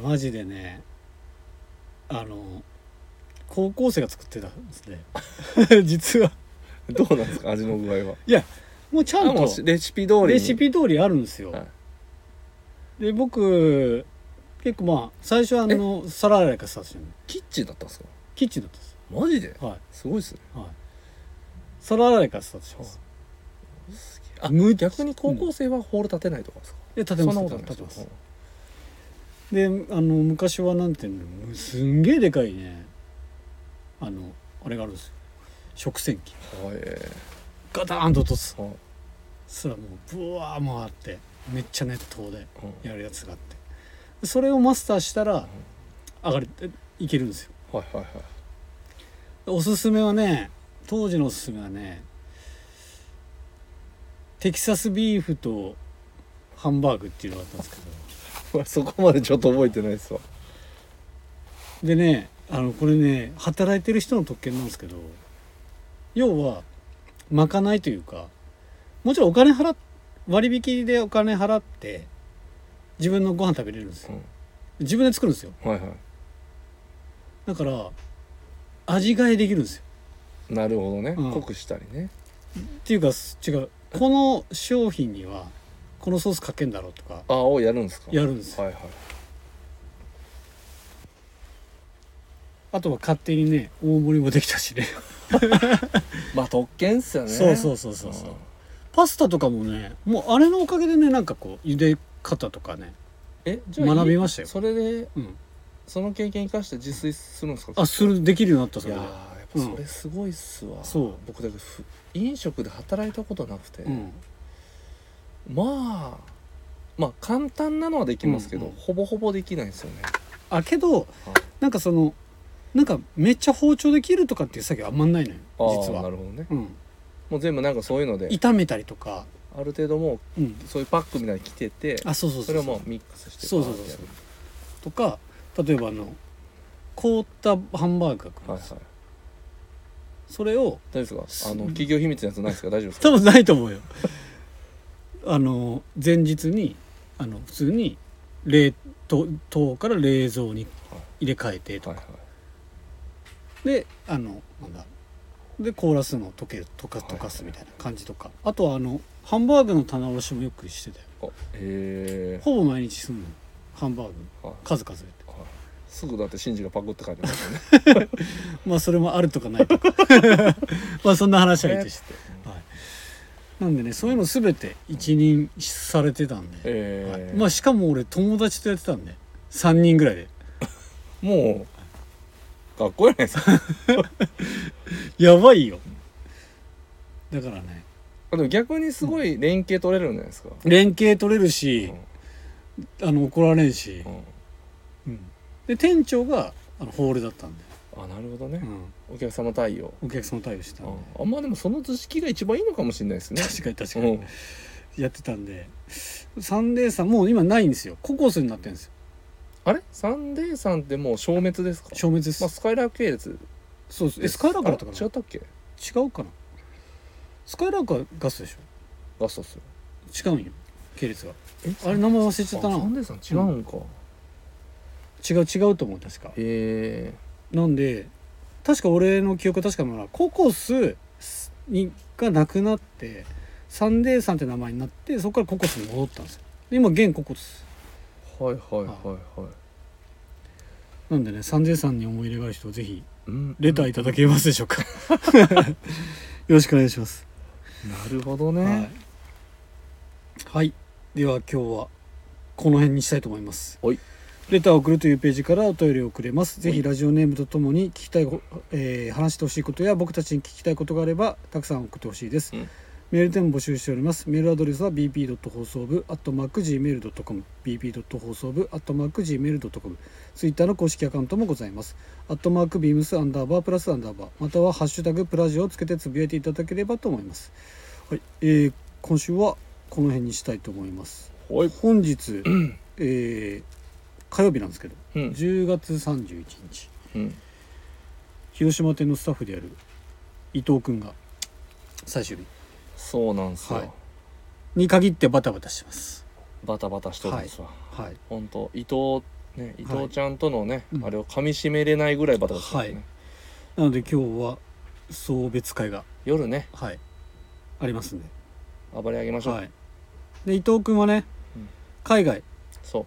Speaker 1: ーマジでねあの高校生が作ってたんですね 実は
Speaker 2: どうなんですか味の具合は
Speaker 1: もうちゃ
Speaker 2: あ
Speaker 1: ん
Speaker 2: も
Speaker 1: と
Speaker 2: うレシピ通りに
Speaker 1: レシピ通りあるんですよ、
Speaker 2: はい
Speaker 1: で僕結構まあ最初はあの皿洗いからスタートしたの
Speaker 2: キッチンだったんですか
Speaker 1: キッチンだったんです
Speaker 2: マジで
Speaker 1: はい
Speaker 2: すごいっすね
Speaker 1: はい皿洗いからスタートします
Speaker 2: すげえあ
Speaker 1: む
Speaker 2: 逆に高校生はホール立てないとかですか、
Speaker 1: で立て
Speaker 2: そん
Speaker 1: ま
Speaker 2: な
Speaker 1: す
Speaker 2: ことない
Speaker 1: 立てま
Speaker 2: です
Speaker 1: す
Speaker 2: か
Speaker 1: であの昔はなんていうのむすんげえでかいねあのあれがあるんですよ食洗機
Speaker 2: はいえ
Speaker 1: ガターンと落とす
Speaker 2: ーはい
Speaker 1: そらもうブワー回ってめっちゃ熱湯で
Speaker 2: うん
Speaker 1: やるやつがあってでそれをマスターしたら上がれていけるんですよ
Speaker 2: はいはいはい
Speaker 1: おすすめはね当時のおすすめはねテキサスビーフとハンバーグっていうのがあったんですけ
Speaker 2: まあそこまでちょっと覚えてないですわ
Speaker 1: どでねあのこれね働いてる人の特権なんですけど要はまかないというかもちろんお金払っ割引でお金払って自分のご飯食べれるんですよ
Speaker 2: うん
Speaker 1: 自分で作るんですよ
Speaker 2: はいはい
Speaker 1: だから味替えできるんですよ
Speaker 2: なるほどね、
Speaker 1: うん
Speaker 2: 濃くしたりね
Speaker 1: っていうかす違うこの商品にはこのソースかけんだろうとか
Speaker 2: ああをやるんですか
Speaker 1: やるんですよ
Speaker 2: はいはい
Speaker 1: あとは勝手にね大盛りもできたしね
Speaker 2: まあ特権っすよね
Speaker 1: そうそうそうそうそうパスタとかもねもうあれのおかげでねなんかこう茹で方とかね
Speaker 2: えじゃあ
Speaker 1: 学びましたよ、
Speaker 2: それで
Speaker 1: うん、
Speaker 2: その経験生かして自炊するんですか
Speaker 1: あするできるようになったそ
Speaker 2: い
Speaker 1: れ
Speaker 2: や
Speaker 1: で
Speaker 2: ーやっぱそれすごいっすわ、
Speaker 1: そう
Speaker 2: 僕だけふ飲食で働いたことなくて、
Speaker 1: うん
Speaker 2: まあまあ簡単なのはできますけど、
Speaker 1: うんうん
Speaker 2: ほぼほぼできないんですよね
Speaker 1: あけど
Speaker 2: あ
Speaker 1: なんかそのなんかめっちゃ包丁で切るとかっていう作業あんまないのよ
Speaker 2: あー
Speaker 1: 実
Speaker 2: な
Speaker 1: は、
Speaker 2: るほどね
Speaker 1: うん、
Speaker 2: もう全部なんかそういうので
Speaker 1: 炒めたりとか、
Speaker 2: ある程度も
Speaker 1: うん、
Speaker 2: うそういうパックみたいに来てて
Speaker 1: あそうそう
Speaker 2: そ
Speaker 1: そう
Speaker 2: れ
Speaker 1: そ
Speaker 2: を
Speaker 1: う
Speaker 2: もうミックスして
Speaker 1: そうそうそうそうとか例えばあの凍ったハンバーグが来るんです
Speaker 2: バー
Speaker 1: よ
Speaker 2: ってや
Speaker 1: それを
Speaker 2: るはいはい大丈夫ですかあの企業秘密のやつないですか大丈夫ですか
Speaker 1: 多分ないと思うよ あの前日にあの普通に冷凍凍から冷蔵に入れ替えてと
Speaker 2: はいはい
Speaker 1: であのなんだで凍らすのを溶ける溶か
Speaker 2: はい
Speaker 1: 溶かすみたいな感じとか、あとはあのハンバーグの棚卸しもよくしてたよ
Speaker 2: あへえ
Speaker 1: ほぼ毎日すんのハンバーグ
Speaker 2: はい
Speaker 1: 数々って
Speaker 2: はいすぐだってシンジがパクって書いてます よね
Speaker 1: まあそれもあるとかない とかまあそんな話はいいとして、はい、なんでねそういうの全て一任されてたんで、
Speaker 2: え
Speaker 1: はい
Speaker 2: え
Speaker 1: まあしかも俺友達とやってたんで3人ぐらいで
Speaker 2: もう学校やないです か
Speaker 1: やばいよだからね
Speaker 2: でも逆にすごい連携取れるんじゃないですか、
Speaker 1: 連携取れるし、あの怒られんし
Speaker 2: う、ん
Speaker 1: うんで店長があのホールだったんで、
Speaker 2: あなるほど
Speaker 1: う
Speaker 2: ね、
Speaker 1: ん、
Speaker 2: お客様対応、
Speaker 1: お客さん対応してたんで、
Speaker 2: ああんまでもその図式が一番いいのかもしれないですね
Speaker 1: 確かに確か
Speaker 2: う
Speaker 1: に
Speaker 2: ん
Speaker 1: やってたんでサンデーさんもう今ないんですよココスになってるんですよ
Speaker 2: あれサンデーさんってもう消滅ですか、
Speaker 1: 消滅です、
Speaker 2: まあ、スカイラーク系列
Speaker 1: そうですえスカイラークだったか
Speaker 2: あ
Speaker 1: な
Speaker 2: 違ったっけ
Speaker 1: 違うかなスカイラークはガスでし
Speaker 2: ガストっすよ
Speaker 1: ょ違うんよ系列が
Speaker 2: え
Speaker 1: あれ名前忘れちゃったな
Speaker 2: サンデーさん違うんか、
Speaker 1: 違う違うと思う確か
Speaker 2: へえ
Speaker 1: なんで確か俺の記憶は確かなのはココスにがなくなってサンデーさんって名前になってそこからココスに戻ったんですよで今現ココス
Speaker 2: はいはいはいはい
Speaker 1: なんでねサンデーさんに思い入れがある人ぜひ
Speaker 2: うん
Speaker 1: レターいただけますでしょうか よろしくお願いします
Speaker 2: なるほどね、
Speaker 1: はい、はい、では今日はこの辺にしたいと思います
Speaker 2: はい
Speaker 1: レターを送るというページからお便りを送れますぜ
Speaker 2: は
Speaker 1: ひ
Speaker 2: い
Speaker 1: ラジオネームとともに聞きたいご、えー話してほしいことや僕たちに聞きたいことがあればたくさん送ってほしいです、
Speaker 2: うん
Speaker 1: メールでも募集しておりますメールアドレスは bp. 放送部 @gmail.com bp. 放送部 @gmail.com ツイッターの公式アカウントもございますアットマークビームスアンダーバープラスアンダーバーまたはハッシュタグプラジオをつけてつぶやいていただければと思いますはい、えー今週はこの辺にしたいと思います。
Speaker 2: はい
Speaker 1: 本日、えー火曜日なんですけど、
Speaker 2: うん
Speaker 1: 10月31日、
Speaker 2: うん
Speaker 1: 広島店のスタッフである伊藤君が最終日
Speaker 2: そうなんすよ、
Speaker 1: はいに限ってバタバタしてます。
Speaker 2: バタバタしとるんですわ、
Speaker 1: はい、
Speaker 2: ほんと伊藤ね伊藤ちゃんとのね、
Speaker 1: うん
Speaker 2: あれを噛み締めれないぐらいバタバタしてますね、
Speaker 1: はいなので今日は送別会が、
Speaker 2: 夜ね
Speaker 1: はい、ありますんで。
Speaker 2: 暴れ上げましょう、
Speaker 1: はい、で伊藤君はね、
Speaker 2: うん
Speaker 1: 海外
Speaker 2: そう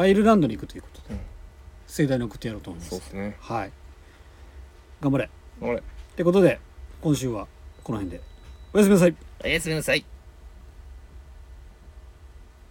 Speaker 1: アイルランドに行くということで、
Speaker 2: うん
Speaker 1: 盛大に送ってやろうと思いま
Speaker 2: そう
Speaker 1: す
Speaker 2: で。すね
Speaker 1: はい、頑張れ
Speaker 2: あれ
Speaker 1: ってことで今週はこの辺でおやすみなさい
Speaker 2: おやすみなさい